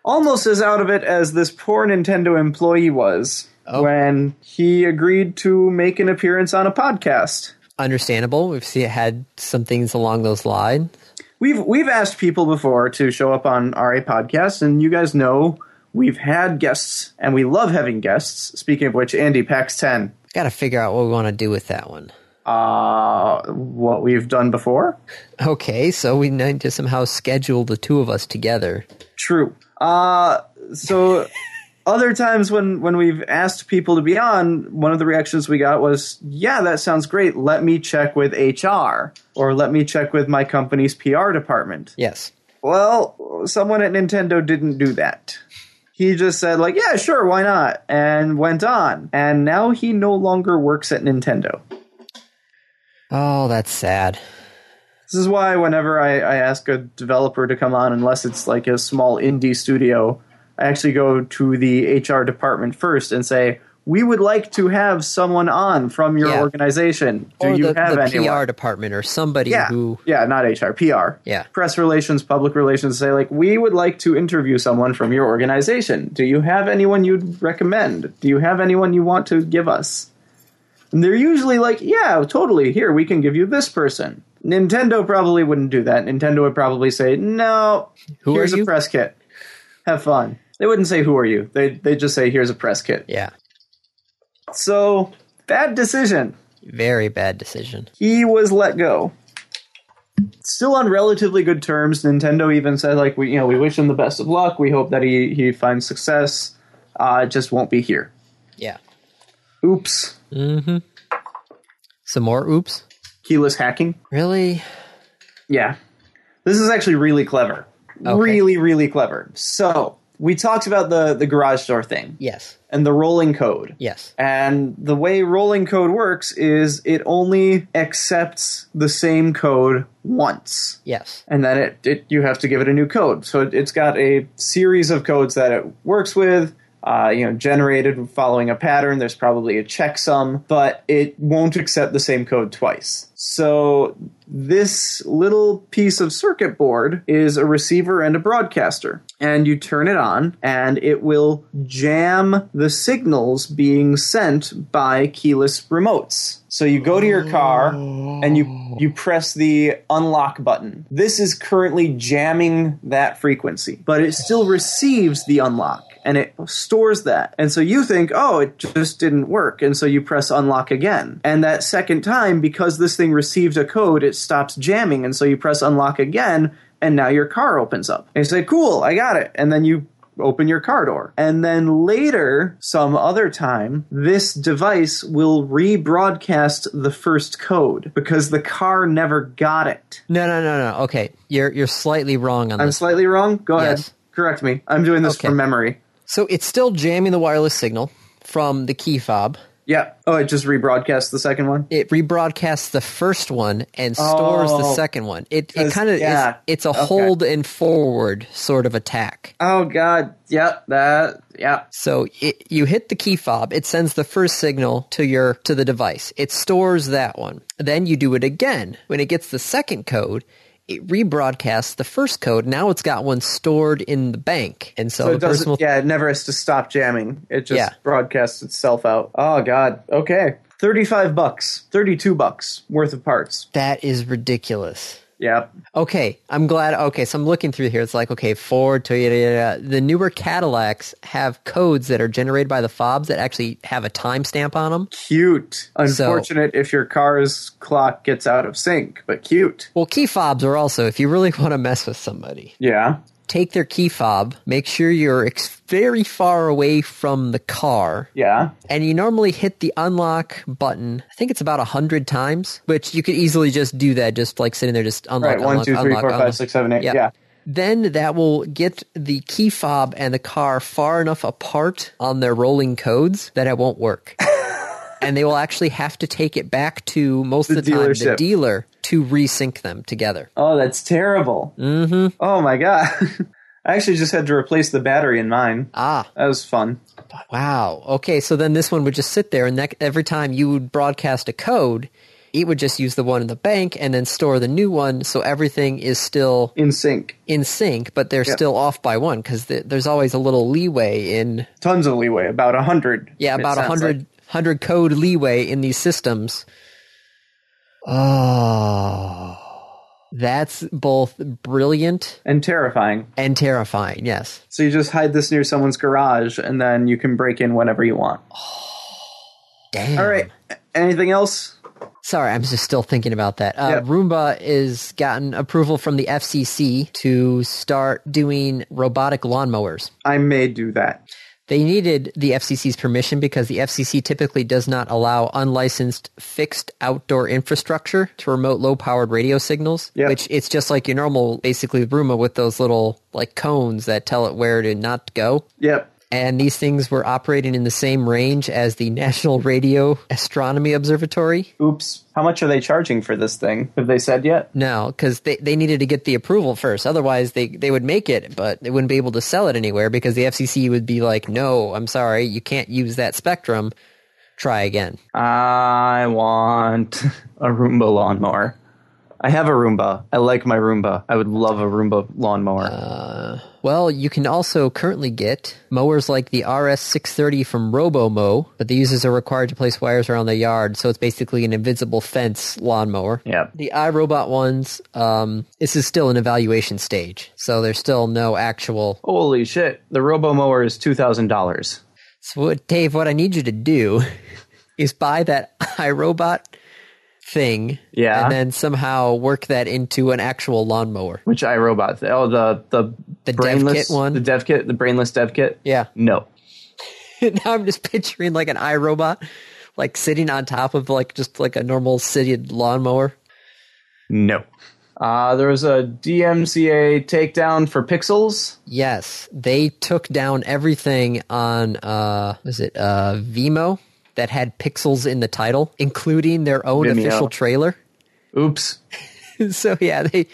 [SPEAKER 2] Almost as out of it as this poor Nintendo employee was when he agreed to make an appearance on a podcast.
[SPEAKER 1] understandable. We've seen it had some things along those lines.
[SPEAKER 2] We've we've asked people before to show up on RA podcasts, and you guys know we've had guests, and we love having guests. Speaking of which, Andy packs ten.
[SPEAKER 1] Got to figure out what we want to do with that one.
[SPEAKER 2] Uh, what we've done before.
[SPEAKER 1] Okay, so we need to somehow schedule the two of us together.
[SPEAKER 2] True. Uh, so other times when when we've asked people to be on, one of the reactions we got was, "Yeah, that sounds great. Let me check with HR or let me check with my company's PR department."
[SPEAKER 1] Yes.
[SPEAKER 2] Well, someone at Nintendo didn't do that. He just said like, "Yeah, sure, why not?" and went on. And now he no longer works at Nintendo.
[SPEAKER 1] Oh, that's sad.
[SPEAKER 2] This is why whenever I, I ask a developer to come on, unless it's like a small indie studio, I actually go to the HR department first and say, "We would like to have someone on from your
[SPEAKER 1] Yeah.
[SPEAKER 2] organization. Do
[SPEAKER 1] or
[SPEAKER 2] you
[SPEAKER 1] the,
[SPEAKER 2] have
[SPEAKER 1] the
[SPEAKER 2] anyone?"
[SPEAKER 1] PR department or somebody
[SPEAKER 2] yeah,
[SPEAKER 1] who.
[SPEAKER 2] yeah, not HR, PR,
[SPEAKER 1] Yeah.
[SPEAKER 2] press relations, public relations. Say like, "We would like to interview someone from your organization. Do you have anyone you'd recommend? Do you have anyone you want to give us?" And they're usually like, yeah, totally, here, we can give you this person. Nintendo probably wouldn't do that. Nintendo would probably say, no,
[SPEAKER 1] Who are
[SPEAKER 2] here's
[SPEAKER 1] you?"
[SPEAKER 2] a press kit. Have fun. They wouldn't say, who are you? They, they'd just say, here's a press kit.
[SPEAKER 1] Yeah.
[SPEAKER 2] So, bad decision.
[SPEAKER 1] Very bad decision.
[SPEAKER 2] He was let go. Still on relatively good terms. Nintendo even said, like, we, you know, we wish him the best of luck. We hope that he, he finds success. Uh, it just won't be here.
[SPEAKER 1] Yeah.
[SPEAKER 2] Oops.
[SPEAKER 1] Some more oops.
[SPEAKER 2] Keyless hacking.
[SPEAKER 1] Really?
[SPEAKER 2] Yeah. This is actually really clever.
[SPEAKER 1] Okay.
[SPEAKER 2] Really, really clever. So we talked about the, the garage door thing
[SPEAKER 1] Yes.
[SPEAKER 2] and the rolling code.
[SPEAKER 1] Yes.
[SPEAKER 2] And the way rolling code works is it only accepts the same code once.
[SPEAKER 1] Yes.
[SPEAKER 2] And then it, it you have to give it a new code. So it, it's got a series of codes that it works with. Uh, you know, generated following a pattern. There's probably a checksum, but it won't accept the same code twice. So this little piece of circuit board is a receiver and a broadcaster, and you turn it on, and it will jam the signals being sent by keyless remotes. So you go to your car and you you press the unlock button. This is currently jamming that frequency, but it still receives the unlock and it stores that. And so you think, "Oh, it just didn't work." And so you press unlock again. And that second time because this thing received a code, it stops jamming and so you press unlock again and now your car opens up. And you say, "Cool, I got it." And then you open your car door. And then later, some other time, this device will rebroadcast the first code because the car never got it.
[SPEAKER 1] No, no, no, no. Okay. You're you're slightly wrong on
[SPEAKER 2] I'm
[SPEAKER 1] this.
[SPEAKER 2] slightly wrong? Go
[SPEAKER 1] Yes.
[SPEAKER 2] ahead. Correct me. I'm doing this
[SPEAKER 1] Okay.
[SPEAKER 2] from memory.
[SPEAKER 1] So it's still jamming the wireless signal from the key fob.
[SPEAKER 2] Yeah. Oh, it just rebroadcasts the second one?
[SPEAKER 1] It rebroadcasts the first one and stores the
[SPEAKER 2] Oh.
[SPEAKER 1] second one. It it
[SPEAKER 2] 'Cause-
[SPEAKER 1] kind of
[SPEAKER 2] yeah.
[SPEAKER 1] it's, it's a
[SPEAKER 2] Okay.
[SPEAKER 1] hold and forward sort of attack.
[SPEAKER 2] Oh, God. Yep. That. Yep.
[SPEAKER 1] So it, you hit the key fob, it sends the first signal to your to the device. It stores that one. Then you do it again. When it gets the second code, it rebroadcasts the first code. Now it's got one stored in the bank, and so,
[SPEAKER 2] So
[SPEAKER 1] the
[SPEAKER 2] it
[SPEAKER 1] person will
[SPEAKER 2] doesn't, yeah, it never has to stop jamming. It just
[SPEAKER 1] Yeah.
[SPEAKER 2] broadcasts itself out. Oh, God. Okay. 35 bucks, 32 bucks worth of parts.
[SPEAKER 1] that is ridiculous.
[SPEAKER 2] Yep.
[SPEAKER 1] Okay, I'm glad. Okay, so I'm looking through here. It's like okay, Ford, Toyota. The newer Cadillacs have codes that are generated by the fobs that actually have a timestamp on them.
[SPEAKER 2] cute. Unfortunate if your car's clock gets out of sync, but cute.
[SPEAKER 1] Well, key fobs are also if you really want to mess with somebody,
[SPEAKER 2] Yeah.
[SPEAKER 1] take their key fob. Make sure you're ex- very far away from the car.
[SPEAKER 2] Yeah.
[SPEAKER 1] And you normally hit the unlock button. I think it's about a hundred times, which you could easily just do that, just like sitting there, just unlock,
[SPEAKER 2] Right, one,
[SPEAKER 1] unlock,
[SPEAKER 2] two, three,
[SPEAKER 1] unlock,
[SPEAKER 2] four, five,
[SPEAKER 1] unlock.
[SPEAKER 2] six, seven, eight. Yeah.
[SPEAKER 1] Then that will get the key fob and the car far enough apart on their rolling codes that it won't work. and they will actually have to take it back to most of the time the
[SPEAKER 2] dealership.
[SPEAKER 1] dealer to resync them together.
[SPEAKER 2] Oh, that's terrible. Mm-hmm. Oh my god. I actually just had to replace the battery in mine.
[SPEAKER 1] Ah,
[SPEAKER 2] That was fun.
[SPEAKER 1] wow. Okay, so then this one would just sit there and that, every time you would broadcast a code, it would just use the one in the bank and then store the new one so everything is still
[SPEAKER 2] In sync.
[SPEAKER 1] in sync, but they're still off by one because there's always a little leeway in
[SPEAKER 2] Tons of leeway, about a hundred.
[SPEAKER 1] Yeah,
[SPEAKER 2] it
[SPEAKER 1] about
[SPEAKER 2] sounds
[SPEAKER 1] 100,
[SPEAKER 2] like.
[SPEAKER 1] 100 code leeway in these systems. Oh, that's both brilliant
[SPEAKER 2] And terrifying.
[SPEAKER 1] and terrifying. Yes.
[SPEAKER 2] So you just hide this near someone's garage and then you can break in whenever you want.
[SPEAKER 1] Damn.
[SPEAKER 2] All right. Anything else?
[SPEAKER 1] Sorry, I'm just still thinking about that. Uh,
[SPEAKER 2] Yeah.
[SPEAKER 1] Roomba is gotten approval from the FCC to start doing robotic lawnmowers.
[SPEAKER 2] I may do that.
[SPEAKER 1] They needed the FCC's permission because the FCC typically does not allow unlicensed fixed outdoor infrastructure to remote low powered radio signals,
[SPEAKER 2] Yep.
[SPEAKER 1] which it's just like your normal, basically, Bruma with those little like cones that tell it where to not go.
[SPEAKER 2] Yep.
[SPEAKER 1] And these things were operating in the same range as the National Radio Astronomy Observatory.
[SPEAKER 2] Oops. How much are they charging for this thing? Have they said yet?
[SPEAKER 1] No, because they, they needed to get the approval first. Otherwise, they, they would make it, but they wouldn't be able to sell it anywhere because the FCC would be like, no, I'm sorry, you can't use that spectrum. Try again.
[SPEAKER 2] I want a Roomba lawnmower. I have a Roomba. I like my Roomba. I would love a Roomba lawnmower.
[SPEAKER 1] Uh, Well, you can also currently get mowers like the RS630 from RoboMow, but the users are required to place wires around their yard, so it's basically an invisible fence lawnmower.
[SPEAKER 2] Yep.
[SPEAKER 1] The iRobot ones, um, this is still an evaluation stage, so there's still no actual.
[SPEAKER 2] Holy shit. The Robo mower is $2,000.
[SPEAKER 1] So, what, Dave, what I need you to do is buy that iRobot thing,
[SPEAKER 2] Yeah.
[SPEAKER 1] and then somehow work that into an actual lawnmower.
[SPEAKER 2] Which iRobot? Oh, the the,
[SPEAKER 1] The dev
[SPEAKER 2] brainless
[SPEAKER 1] kit one?
[SPEAKER 2] The dev kit, the brainless dev kit?
[SPEAKER 1] Yeah.
[SPEAKER 2] No.
[SPEAKER 1] now I'm just picturing like an iRobot, like sitting on top of like just like a normal city lawnmower.
[SPEAKER 2] No. Uh, there was a DMCA takedown for Pixels.
[SPEAKER 1] Yes, they took down everything on uh was it uh Vimeo that had pixels in the title, including their own
[SPEAKER 2] Vimeo.
[SPEAKER 1] official trailer.
[SPEAKER 2] Oops.
[SPEAKER 1] so yeah, they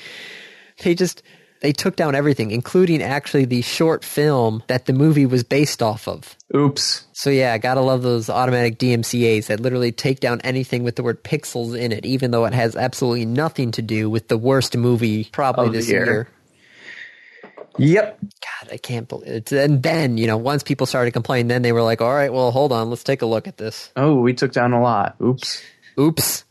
[SPEAKER 1] they just they took down everything, including actually the short film that the movie was based off of.
[SPEAKER 2] Oops.
[SPEAKER 1] So yeah, gotta love those automatic DMCA's that literally take down anything with the word pixels in it, even though it has absolutely nothing to do with the worst movie probably
[SPEAKER 2] Of the
[SPEAKER 1] this
[SPEAKER 2] year.
[SPEAKER 1] year.
[SPEAKER 2] Yep.
[SPEAKER 1] God, I can't believe it. And then, you know, once people started complaining, then they were like, all right, well, hold on, let's take a look at this.
[SPEAKER 2] Oh, we took down a lot. Oops.
[SPEAKER 1] Oops.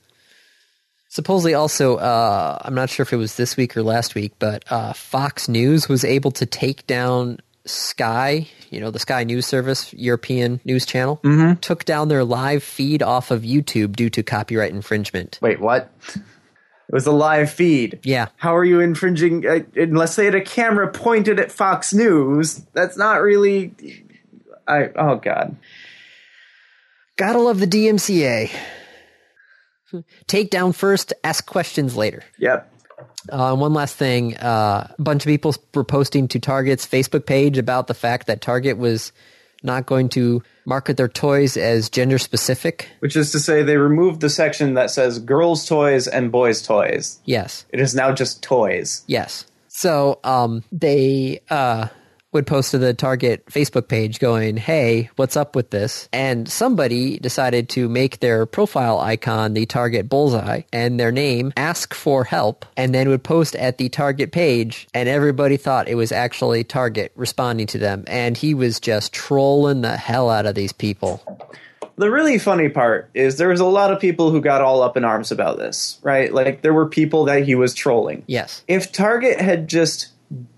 [SPEAKER 1] Supposedly, also, uh, I'm not sure if it was this week or last week, but uh, Fox News was able to take down Sky, you know, the Sky News Service, European news channel, took down their live feed off of YouTube due to copyright infringement.
[SPEAKER 2] Wait, what? It was a live feed.
[SPEAKER 1] Yeah.
[SPEAKER 2] How are you infringing? Uh, unless they had a camera pointed at Fox News, that's not really. I oh god.
[SPEAKER 1] Gotta love the DMCA. Take down first, ask questions later.
[SPEAKER 2] Yep.
[SPEAKER 1] Uh, one last thing: uh, a bunch of people were posting to Target's Facebook page about the fact that Target was not going to market their toys as gender specific.
[SPEAKER 2] Which is to say, they removed the section that says girls' toys and boys' toys.
[SPEAKER 1] Yes,
[SPEAKER 2] It is now just toys.
[SPEAKER 1] yes. So um, they uh, would post to the Target Facebook page, going, "Hey, what's up with this?" And somebody decided to make their profile icon the Target bullseye and their name, ask for help, and then would post at the Target page. And everybody thought it was actually Target responding to them, and he was just trolling the hell out of these people.
[SPEAKER 2] The really funny part is there was a lot of people who got all up in arms about this, right? Like there were people that he was trolling.
[SPEAKER 1] Yes,
[SPEAKER 2] If Target had just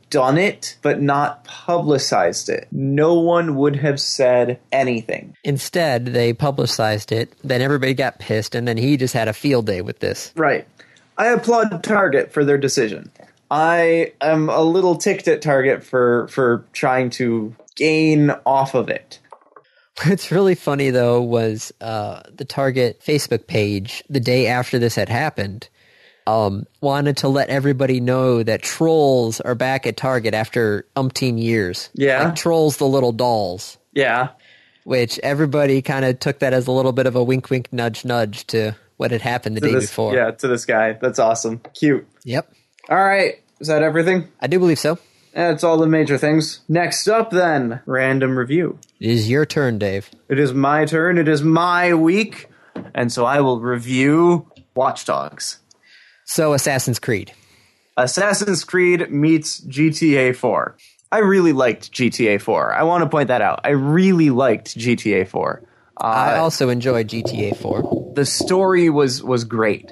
[SPEAKER 2] done it but not publicized it, no one would have said anything.
[SPEAKER 1] Instead, they publicized it. Then everybody got pissed, and then he just had a field day with this.
[SPEAKER 2] Right. I applaud Target for their decision. I am a little ticked at Target for for trying to gain off of it.
[SPEAKER 1] What's really funny though was uh, the Target Facebook page the day after this had happened um, wanted to let everybody know that trolls are back at Target after umpteen years.
[SPEAKER 2] Yeah.
[SPEAKER 1] like trolls the little dolls,
[SPEAKER 2] Yeah.
[SPEAKER 1] which everybody kind of took that as a little bit of a wink, wink, nudge, nudge to what had happened the
[SPEAKER 2] To
[SPEAKER 1] day
[SPEAKER 2] this-
[SPEAKER 1] before.
[SPEAKER 2] Yeah, to this guy. That's awesome. Cute.
[SPEAKER 1] Yep,
[SPEAKER 2] All right. Is that everything?
[SPEAKER 1] I do believe so.
[SPEAKER 2] That's all the major things. Next up, then, random review.
[SPEAKER 1] It is your turn, Dave.
[SPEAKER 2] It is my turn. It is my week. And so I will review Watch Dogs.
[SPEAKER 1] So, Assassin's Creed.
[SPEAKER 2] Assassin's Creed meets GTA 4. I really liked GTA 4. I want to point that out. I really liked GTA 4.
[SPEAKER 1] I also enjoy GTA 4.
[SPEAKER 2] the story was was great.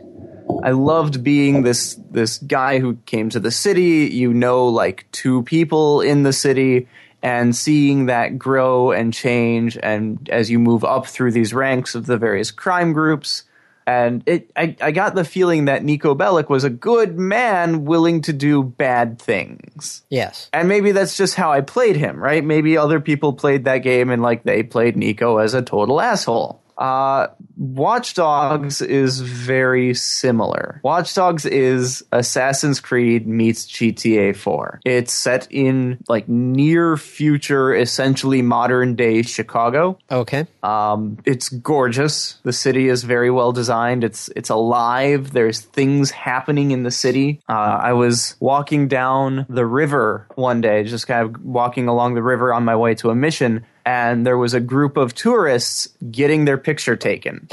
[SPEAKER 2] I loved being this this guy who came to the city. You know, like two people in the city, and seeing that grow and change, and as you move up through these ranks of the various crime groups. And it, I, I got the feeling that Nico Bellic was a good man willing to do bad things
[SPEAKER 1] Yes.
[SPEAKER 2] and maybe that's just how I played him, right? Maybe other people played that game and like they played Nico as a total asshole. Uh, Watch Dogs is very similar. Watch Dogs is Assassin's Creed meets GTA 4. It's set in like near future, essentially modern day Chicago.
[SPEAKER 1] Okay.
[SPEAKER 2] Um, it's gorgeous. The city is very well designed. It's it's alive. There's things happening in the city. Uh, I was walking down the river one day, just kind of walking along the river on my way to a mission, and there was a group of tourists getting their picture taken.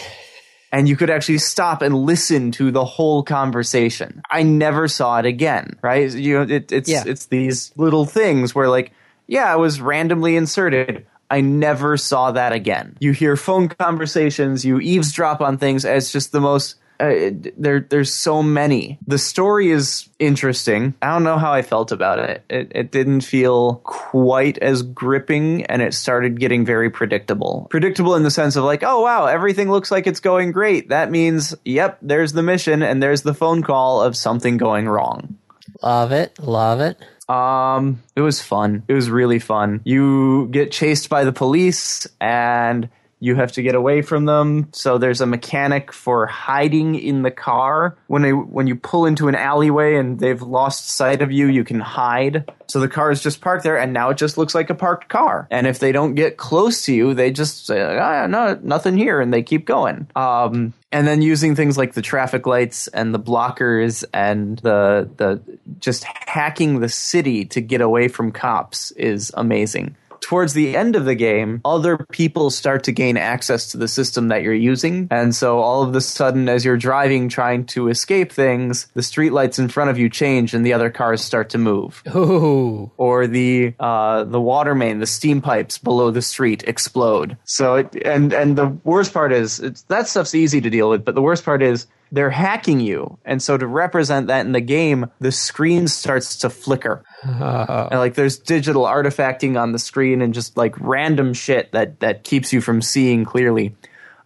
[SPEAKER 2] And you could actually stop and listen to the whole conversation. I never saw it again, right? You know, it, it's
[SPEAKER 1] Yeah.
[SPEAKER 2] it's these little things where like yeah i was randomly inserted i never saw that again you hear phone conversations you eavesdrop on things it's just the most uh, there there's so many the story is interesting i don't know how i felt about it. it it didn't feel quite as gripping and it started getting very predictable predictable in the sense of like oh wow everything looks like it's going great that means yep there's the mission and there's the phone call of something going wrong
[SPEAKER 1] Love it. Love it.
[SPEAKER 2] Um, it was fun. It was really fun. You get chased by the police and you have to get away from them. So there's a mechanic for hiding in the car. When they when you pull into an alleyway and they've lost sight of you, you can hide. So the car is just parked there and now it just looks like a parked car. And if they don't get close to you, they just say, ah, no, nothing here and they keep going. Um, and then using things like the traffic lights and the blockers and the the just hacking the city to get away from cops is amazing. Towards the end of the game, other people start to gain access to the system that you're using. And so all of a sudden, as you're driving trying to escape things, the streetlights in front of you change and the other cars start to move
[SPEAKER 1] Oh,
[SPEAKER 2] or the uh, the water main, the steam pipes below the street explode. So it, and and the worst part is it's, that stuff's easy to deal with, but the worst part is they're hacking you. And so to represent that in the game, the screen starts to flicker. And like there's digital artifacting on the screen and just like random shit that that keeps you from seeing clearly.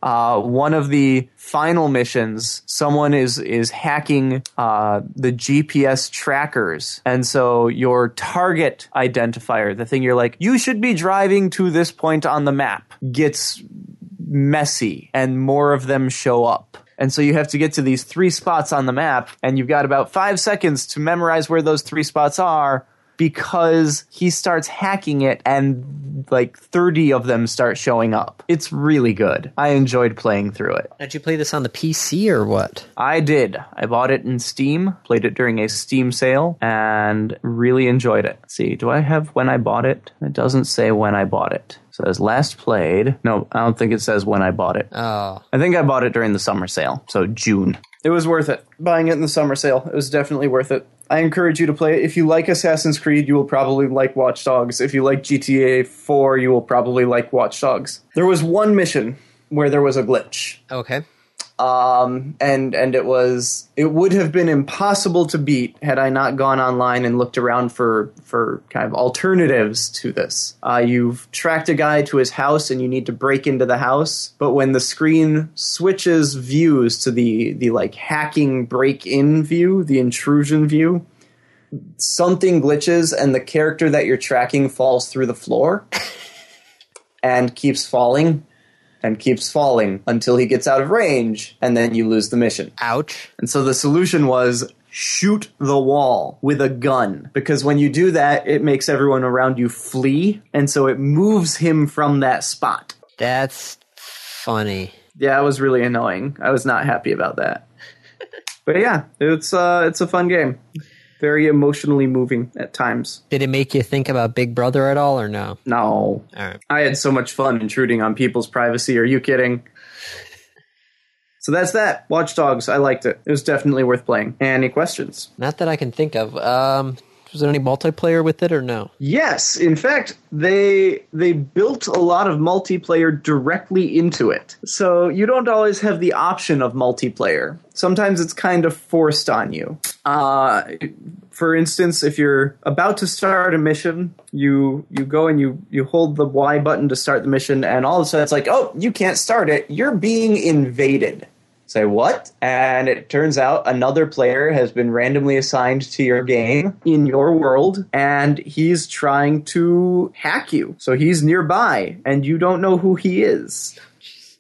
[SPEAKER 2] Uh, one of the final missions, someone is is hacking uh, the GPS trackers, and so your target identifier, the thing you're like, you should be driving to this point on the map, gets messy, and more of them show up. And so you have to get to these three spots on the map, and you've got about five seconds to memorize where those three spots are because he starts hacking it and like 30 of them start showing up. It's really good. I enjoyed playing through it.
[SPEAKER 1] did you play this on the PC or what?
[SPEAKER 2] I did. I bought it in Steam, played it during a Steam sale, and really enjoyed it. Let's see, do I have when I bought it? It doesn't say when I bought it. It says last played. No, I don't think it says when I bought it.
[SPEAKER 1] Oh,
[SPEAKER 2] I think I bought it during the summer sale, so June. It was worth it. Buying it in the summer sale, it was definitely worth it. I encourage you to play it. If you like Assassin's Creed, you will probably like Watch Dogs. If you like GTA 4, you will probably like Watch Dogs. There was one mission where there was a glitch
[SPEAKER 1] okay.
[SPEAKER 2] um, and and it was it would have been impossible to beat had I not gone online and looked around for for kind of alternatives to this. Uh, you've tracked a guy to his house and you need to break into the house, but when the screen switches views to the the like hacking break in view, the intrusion view. Something glitches and the character that you're tracking falls through the floor and keeps falling and keeps falling until he gets out of range, and then you lose the mission.
[SPEAKER 1] Ouch.
[SPEAKER 2] And so the solution was shoot the wall with a gun because when you do that, it makes everyone around you flee, and so it moves him from that spot.
[SPEAKER 1] That's funny.
[SPEAKER 2] Yeah, it was really annoying. I was not happy about that. but yeah, it's uh, it's a fun game. Very emotionally moving at times.
[SPEAKER 1] Did it make you think about Big Brother at all or no?
[SPEAKER 2] No,
[SPEAKER 1] All right.
[SPEAKER 2] I had so much fun intruding on people's privacy. Are you kidding? So that's that. Watch Dogs. I liked it. It was definitely worth playing. Any questions?
[SPEAKER 1] Not that I can think of. Um, was there any multiplayer with it or no?
[SPEAKER 2] Yes. In fact, they they built a lot of multiplayer directly into it. So you don't always have the option of multiplayer. Sometimes it's kind of forced on you. Uh, for instance, if you're about to start a mission, you you go and you you hold the Y button to start the mission, and all of a sudden it's like, oh, you can't start it. You're being invaded. Say what? And it turns out another player has been randomly assigned to your game in your world, and he's trying to hack you. So he's nearby, and you don't know who he is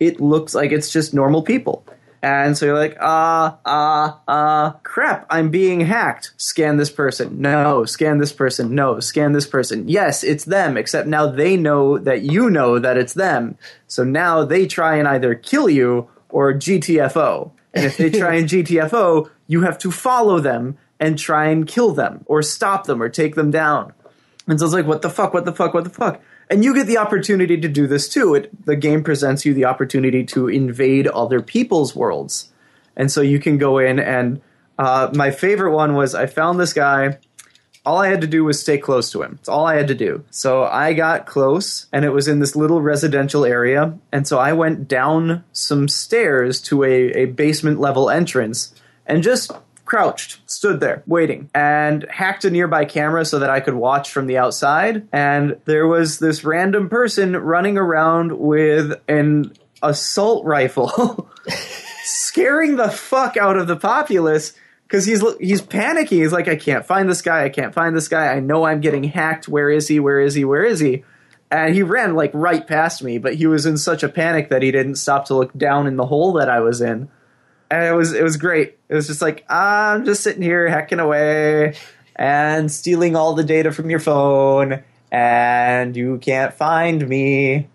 [SPEAKER 2] it looks like it's just normal people. And so you're like, ah, ah, ah, crap, I'm being hacked. Scan this person. No, scan this person. No, scan this person. Yes, it's them, except now they know that you know that it's them. So now they try and either kill you or GTFO. And if they try and GTFO, you have to follow them and try and kill them or stop them or take them down. And so it's like, what the fuck, what the fuck, what the fuck? And you get the opportunity to do this too. It, the game presents you the opportunity to invade other people's worlds. And so you can go in and uh, my favorite one was I found this guy. All I had to do was stay close to him. That's all I had to do. So I got close, and it was in this little residential area. And so I went down some stairs to a, a basement level entrance and just crouched, stood there, waiting, and hacked a nearby camera so that I could watch from the outside. And there was this random person running around with an assault rifle. scaring the fuck out of the populace because he's he's panicking. He's like, I can't find this guy. I can't find this guy. I know I'm getting hacked. Where is he? Where is he? Where is he? And he ran like right past me, but he was in such a panic that he didn't stop to look down in the hole that I was in. And it was it was great. It was just like I'm just sitting here hacking away and stealing all the data from your phone, and you can't find me.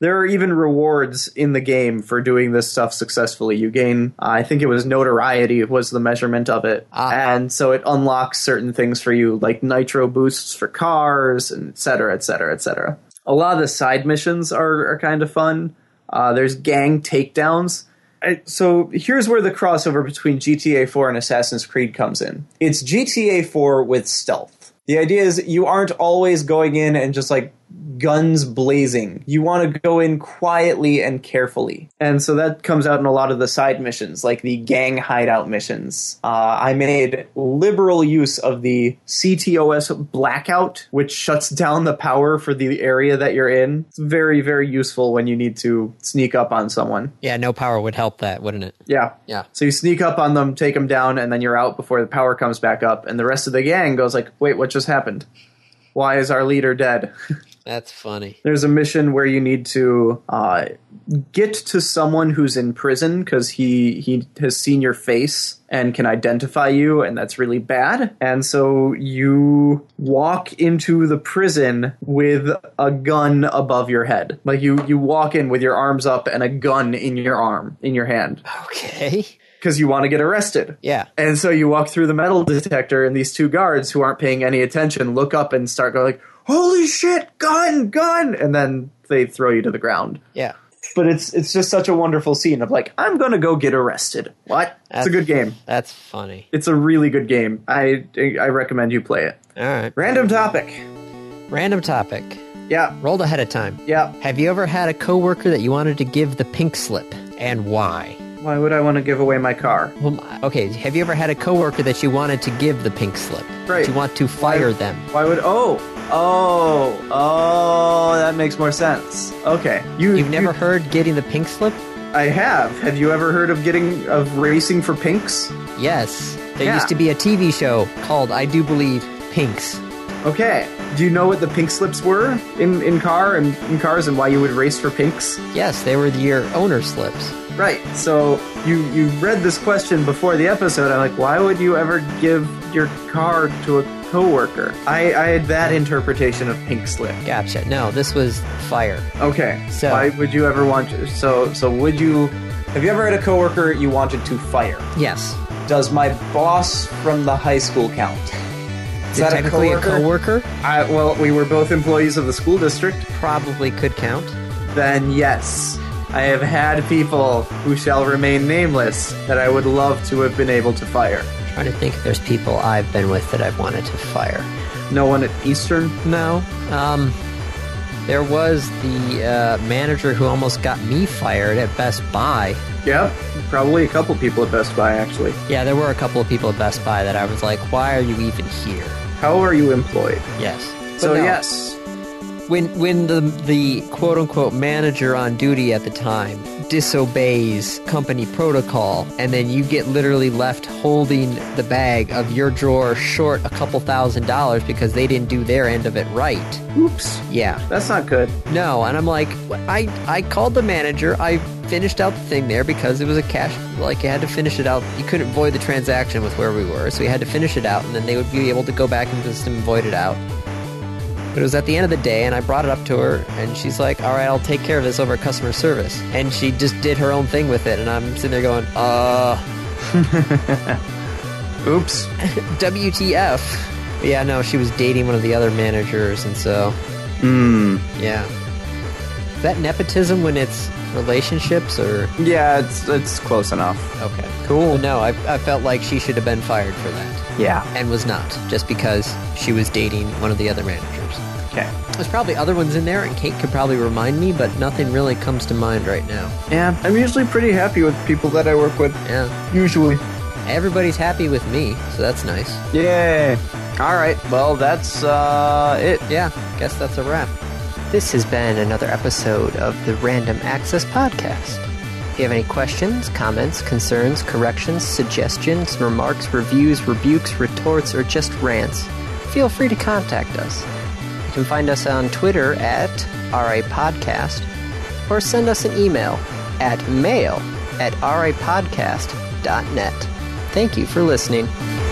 [SPEAKER 2] There are even rewards in the game for doing this stuff successfully. You gain, I think it was notoriety was the measurement of it,
[SPEAKER 1] Ah.
[SPEAKER 2] and so it unlocks certain things for you, like nitro boosts for cars, and et cetera, et cetera, et cetera. A lot of the side missions are, are kind of fun. Uh, there's gang takedowns. I, so here's where the crossover between GTA 4 and Assassin's Creed comes in. It's GTA 4 with stealth. The idea is you aren't always going in and just like guns blazing. You want to go in quietly and carefully. And so that comes out in a lot of the side missions, like the gang hideout missions. Uh, I made liberal use of the CTOS blackout, which shuts down the power for the area that you're in. It's very, very useful when you need to sneak up on someone.
[SPEAKER 1] Yeah, no power would help that, wouldn't it?
[SPEAKER 2] Yeah.
[SPEAKER 1] Yeah.
[SPEAKER 2] So you sneak up on them, take them down, and then you're out before the power comes back up. And the rest of the gang goes like, "Wait, what just happened? Why is our leader dead?"
[SPEAKER 1] That's funny.
[SPEAKER 2] There's a mission where you need to uh, get to someone who's in prison because he he has seen your face and can identify you, and that's really bad. And so you walk into the prison with a gun above your head, like you you walk in with your arms up and a gun in your arm in your hand
[SPEAKER 1] Okay.
[SPEAKER 2] because you want to get arrested.
[SPEAKER 1] Yeah.
[SPEAKER 2] And so you walk through the metal detector, and these two guards who aren't paying any attention look up and start going like, "Holy shit, gun, gun!" And then they throw you to the ground.
[SPEAKER 1] Yeah.
[SPEAKER 2] But it's it's just such a wonderful scene of like, I'm gonna go get arrested. What? It's a good game.
[SPEAKER 1] That's funny.
[SPEAKER 2] It's a really good game. I I recommend you play it.
[SPEAKER 1] All right.
[SPEAKER 2] Random topic.
[SPEAKER 1] Random topic.
[SPEAKER 2] Yeah,
[SPEAKER 1] Rolled ahead of time.
[SPEAKER 2] yeah.
[SPEAKER 1] Have you ever had a coworker that you wanted to give the pink slip and why?
[SPEAKER 2] Why would I want to give away my car?
[SPEAKER 1] Well, my- okay, have you ever had a coworker that you wanted to give the pink slip?
[SPEAKER 2] Right.
[SPEAKER 1] Do you want to fire them?
[SPEAKER 2] Why would oh oh oh that makes more sense. Okay, you
[SPEAKER 1] You've
[SPEAKER 2] you-
[SPEAKER 1] never heard getting the pink slip?
[SPEAKER 2] I have. Have you ever heard of getting of racing for pinks?
[SPEAKER 1] Yes. There
[SPEAKER 2] Yeah.
[SPEAKER 1] used to be a TV show called I Do Believe Pinks.
[SPEAKER 2] Okay. Do you know what the pink slips were in in car and in cars and why you would race for pinks?
[SPEAKER 1] Yes, they were your owner slips.
[SPEAKER 2] Right. So you you read this question before the episode. I'm like, why would you ever give your car to a coworker? I I had that interpretation of pink slip.
[SPEAKER 1] Gotcha. No, this was fire.
[SPEAKER 2] Okay.
[SPEAKER 1] So-
[SPEAKER 2] why would you ever want to? So so would you? Have you ever had a coworker you wanted to fire?
[SPEAKER 1] Yes.
[SPEAKER 2] Does my boss from the high school count? Is that a
[SPEAKER 1] technically
[SPEAKER 2] coworker?
[SPEAKER 1] a coworker?
[SPEAKER 2] I, well, we were both employees of the school district.
[SPEAKER 1] Probably could count.
[SPEAKER 2] Then yes, I have had people who shall remain nameless that I would love to have been able to fire.
[SPEAKER 1] trying to think if there's people I've been with that I've wanted to fire.
[SPEAKER 2] No one at Eastern.
[SPEAKER 1] No. Um, there was the uh, manager who almost got me fired at Best Buy.
[SPEAKER 2] Yep, probably a couple people at Best Buy actually.
[SPEAKER 1] Yeah, there were a couple of people at Best Buy that I was like, why are you even here?
[SPEAKER 2] How are you employed?
[SPEAKER 1] Yes.
[SPEAKER 2] So
[SPEAKER 1] But no,
[SPEAKER 2] yes,
[SPEAKER 1] When, when the, the quote unquote manager on duty at the time disobeys company protocol, and then you get literally left holding the bag of your drawer short a couple thousand dollars because they didn't do their end of it right.
[SPEAKER 2] oops,
[SPEAKER 1] Yeah.
[SPEAKER 2] that's not good.
[SPEAKER 1] No, and I'm like, I I called the manager. I finished out the thing there because it was a cash. Like, you had to finish it out. You couldn't void the transaction with where we were, so we had to finish it out, and then they would be able to go back into the system and void it out. But it was at the end of the day, and I brought it up to her, and she's like, "All right, I'll take care of this over at customer service." And she just did her own thing with it, and I'm sitting there going, "Uh,
[SPEAKER 2] Oops.
[SPEAKER 1] WTF?" But yeah, no, she was dating one of the other managers, and so
[SPEAKER 2] Hmm.
[SPEAKER 1] yeah. Is that nepotism when it's relationships or
[SPEAKER 2] Yeah, it's it's close enough.
[SPEAKER 1] okay. Cool. no, I, I felt like she should have been fired for that.
[SPEAKER 2] Yeah.
[SPEAKER 1] And was not, just because she was dating one of the other managers.
[SPEAKER 2] Okay.
[SPEAKER 1] There's probably other ones in there and Kate could probably remind me, but nothing really comes to mind right now.
[SPEAKER 2] Yeah, I'm usually pretty happy with people that I work with.
[SPEAKER 1] Yeah.
[SPEAKER 2] Usually.
[SPEAKER 1] Everybody's happy with me, so that's nice.
[SPEAKER 2] Yay. All right. Well, that's uh it.
[SPEAKER 1] Yeah, guess that's a wrap. This has been another episode of the Random Access Podcast. If you have any questions, comments, concerns, corrections, suggestions, remarks, reviews, rebukes, retorts, or just rants, feel free to contact us. You can find us on Twitter at RAPodcast or send us an email at mail at rapodcast.net. Thank you for listening.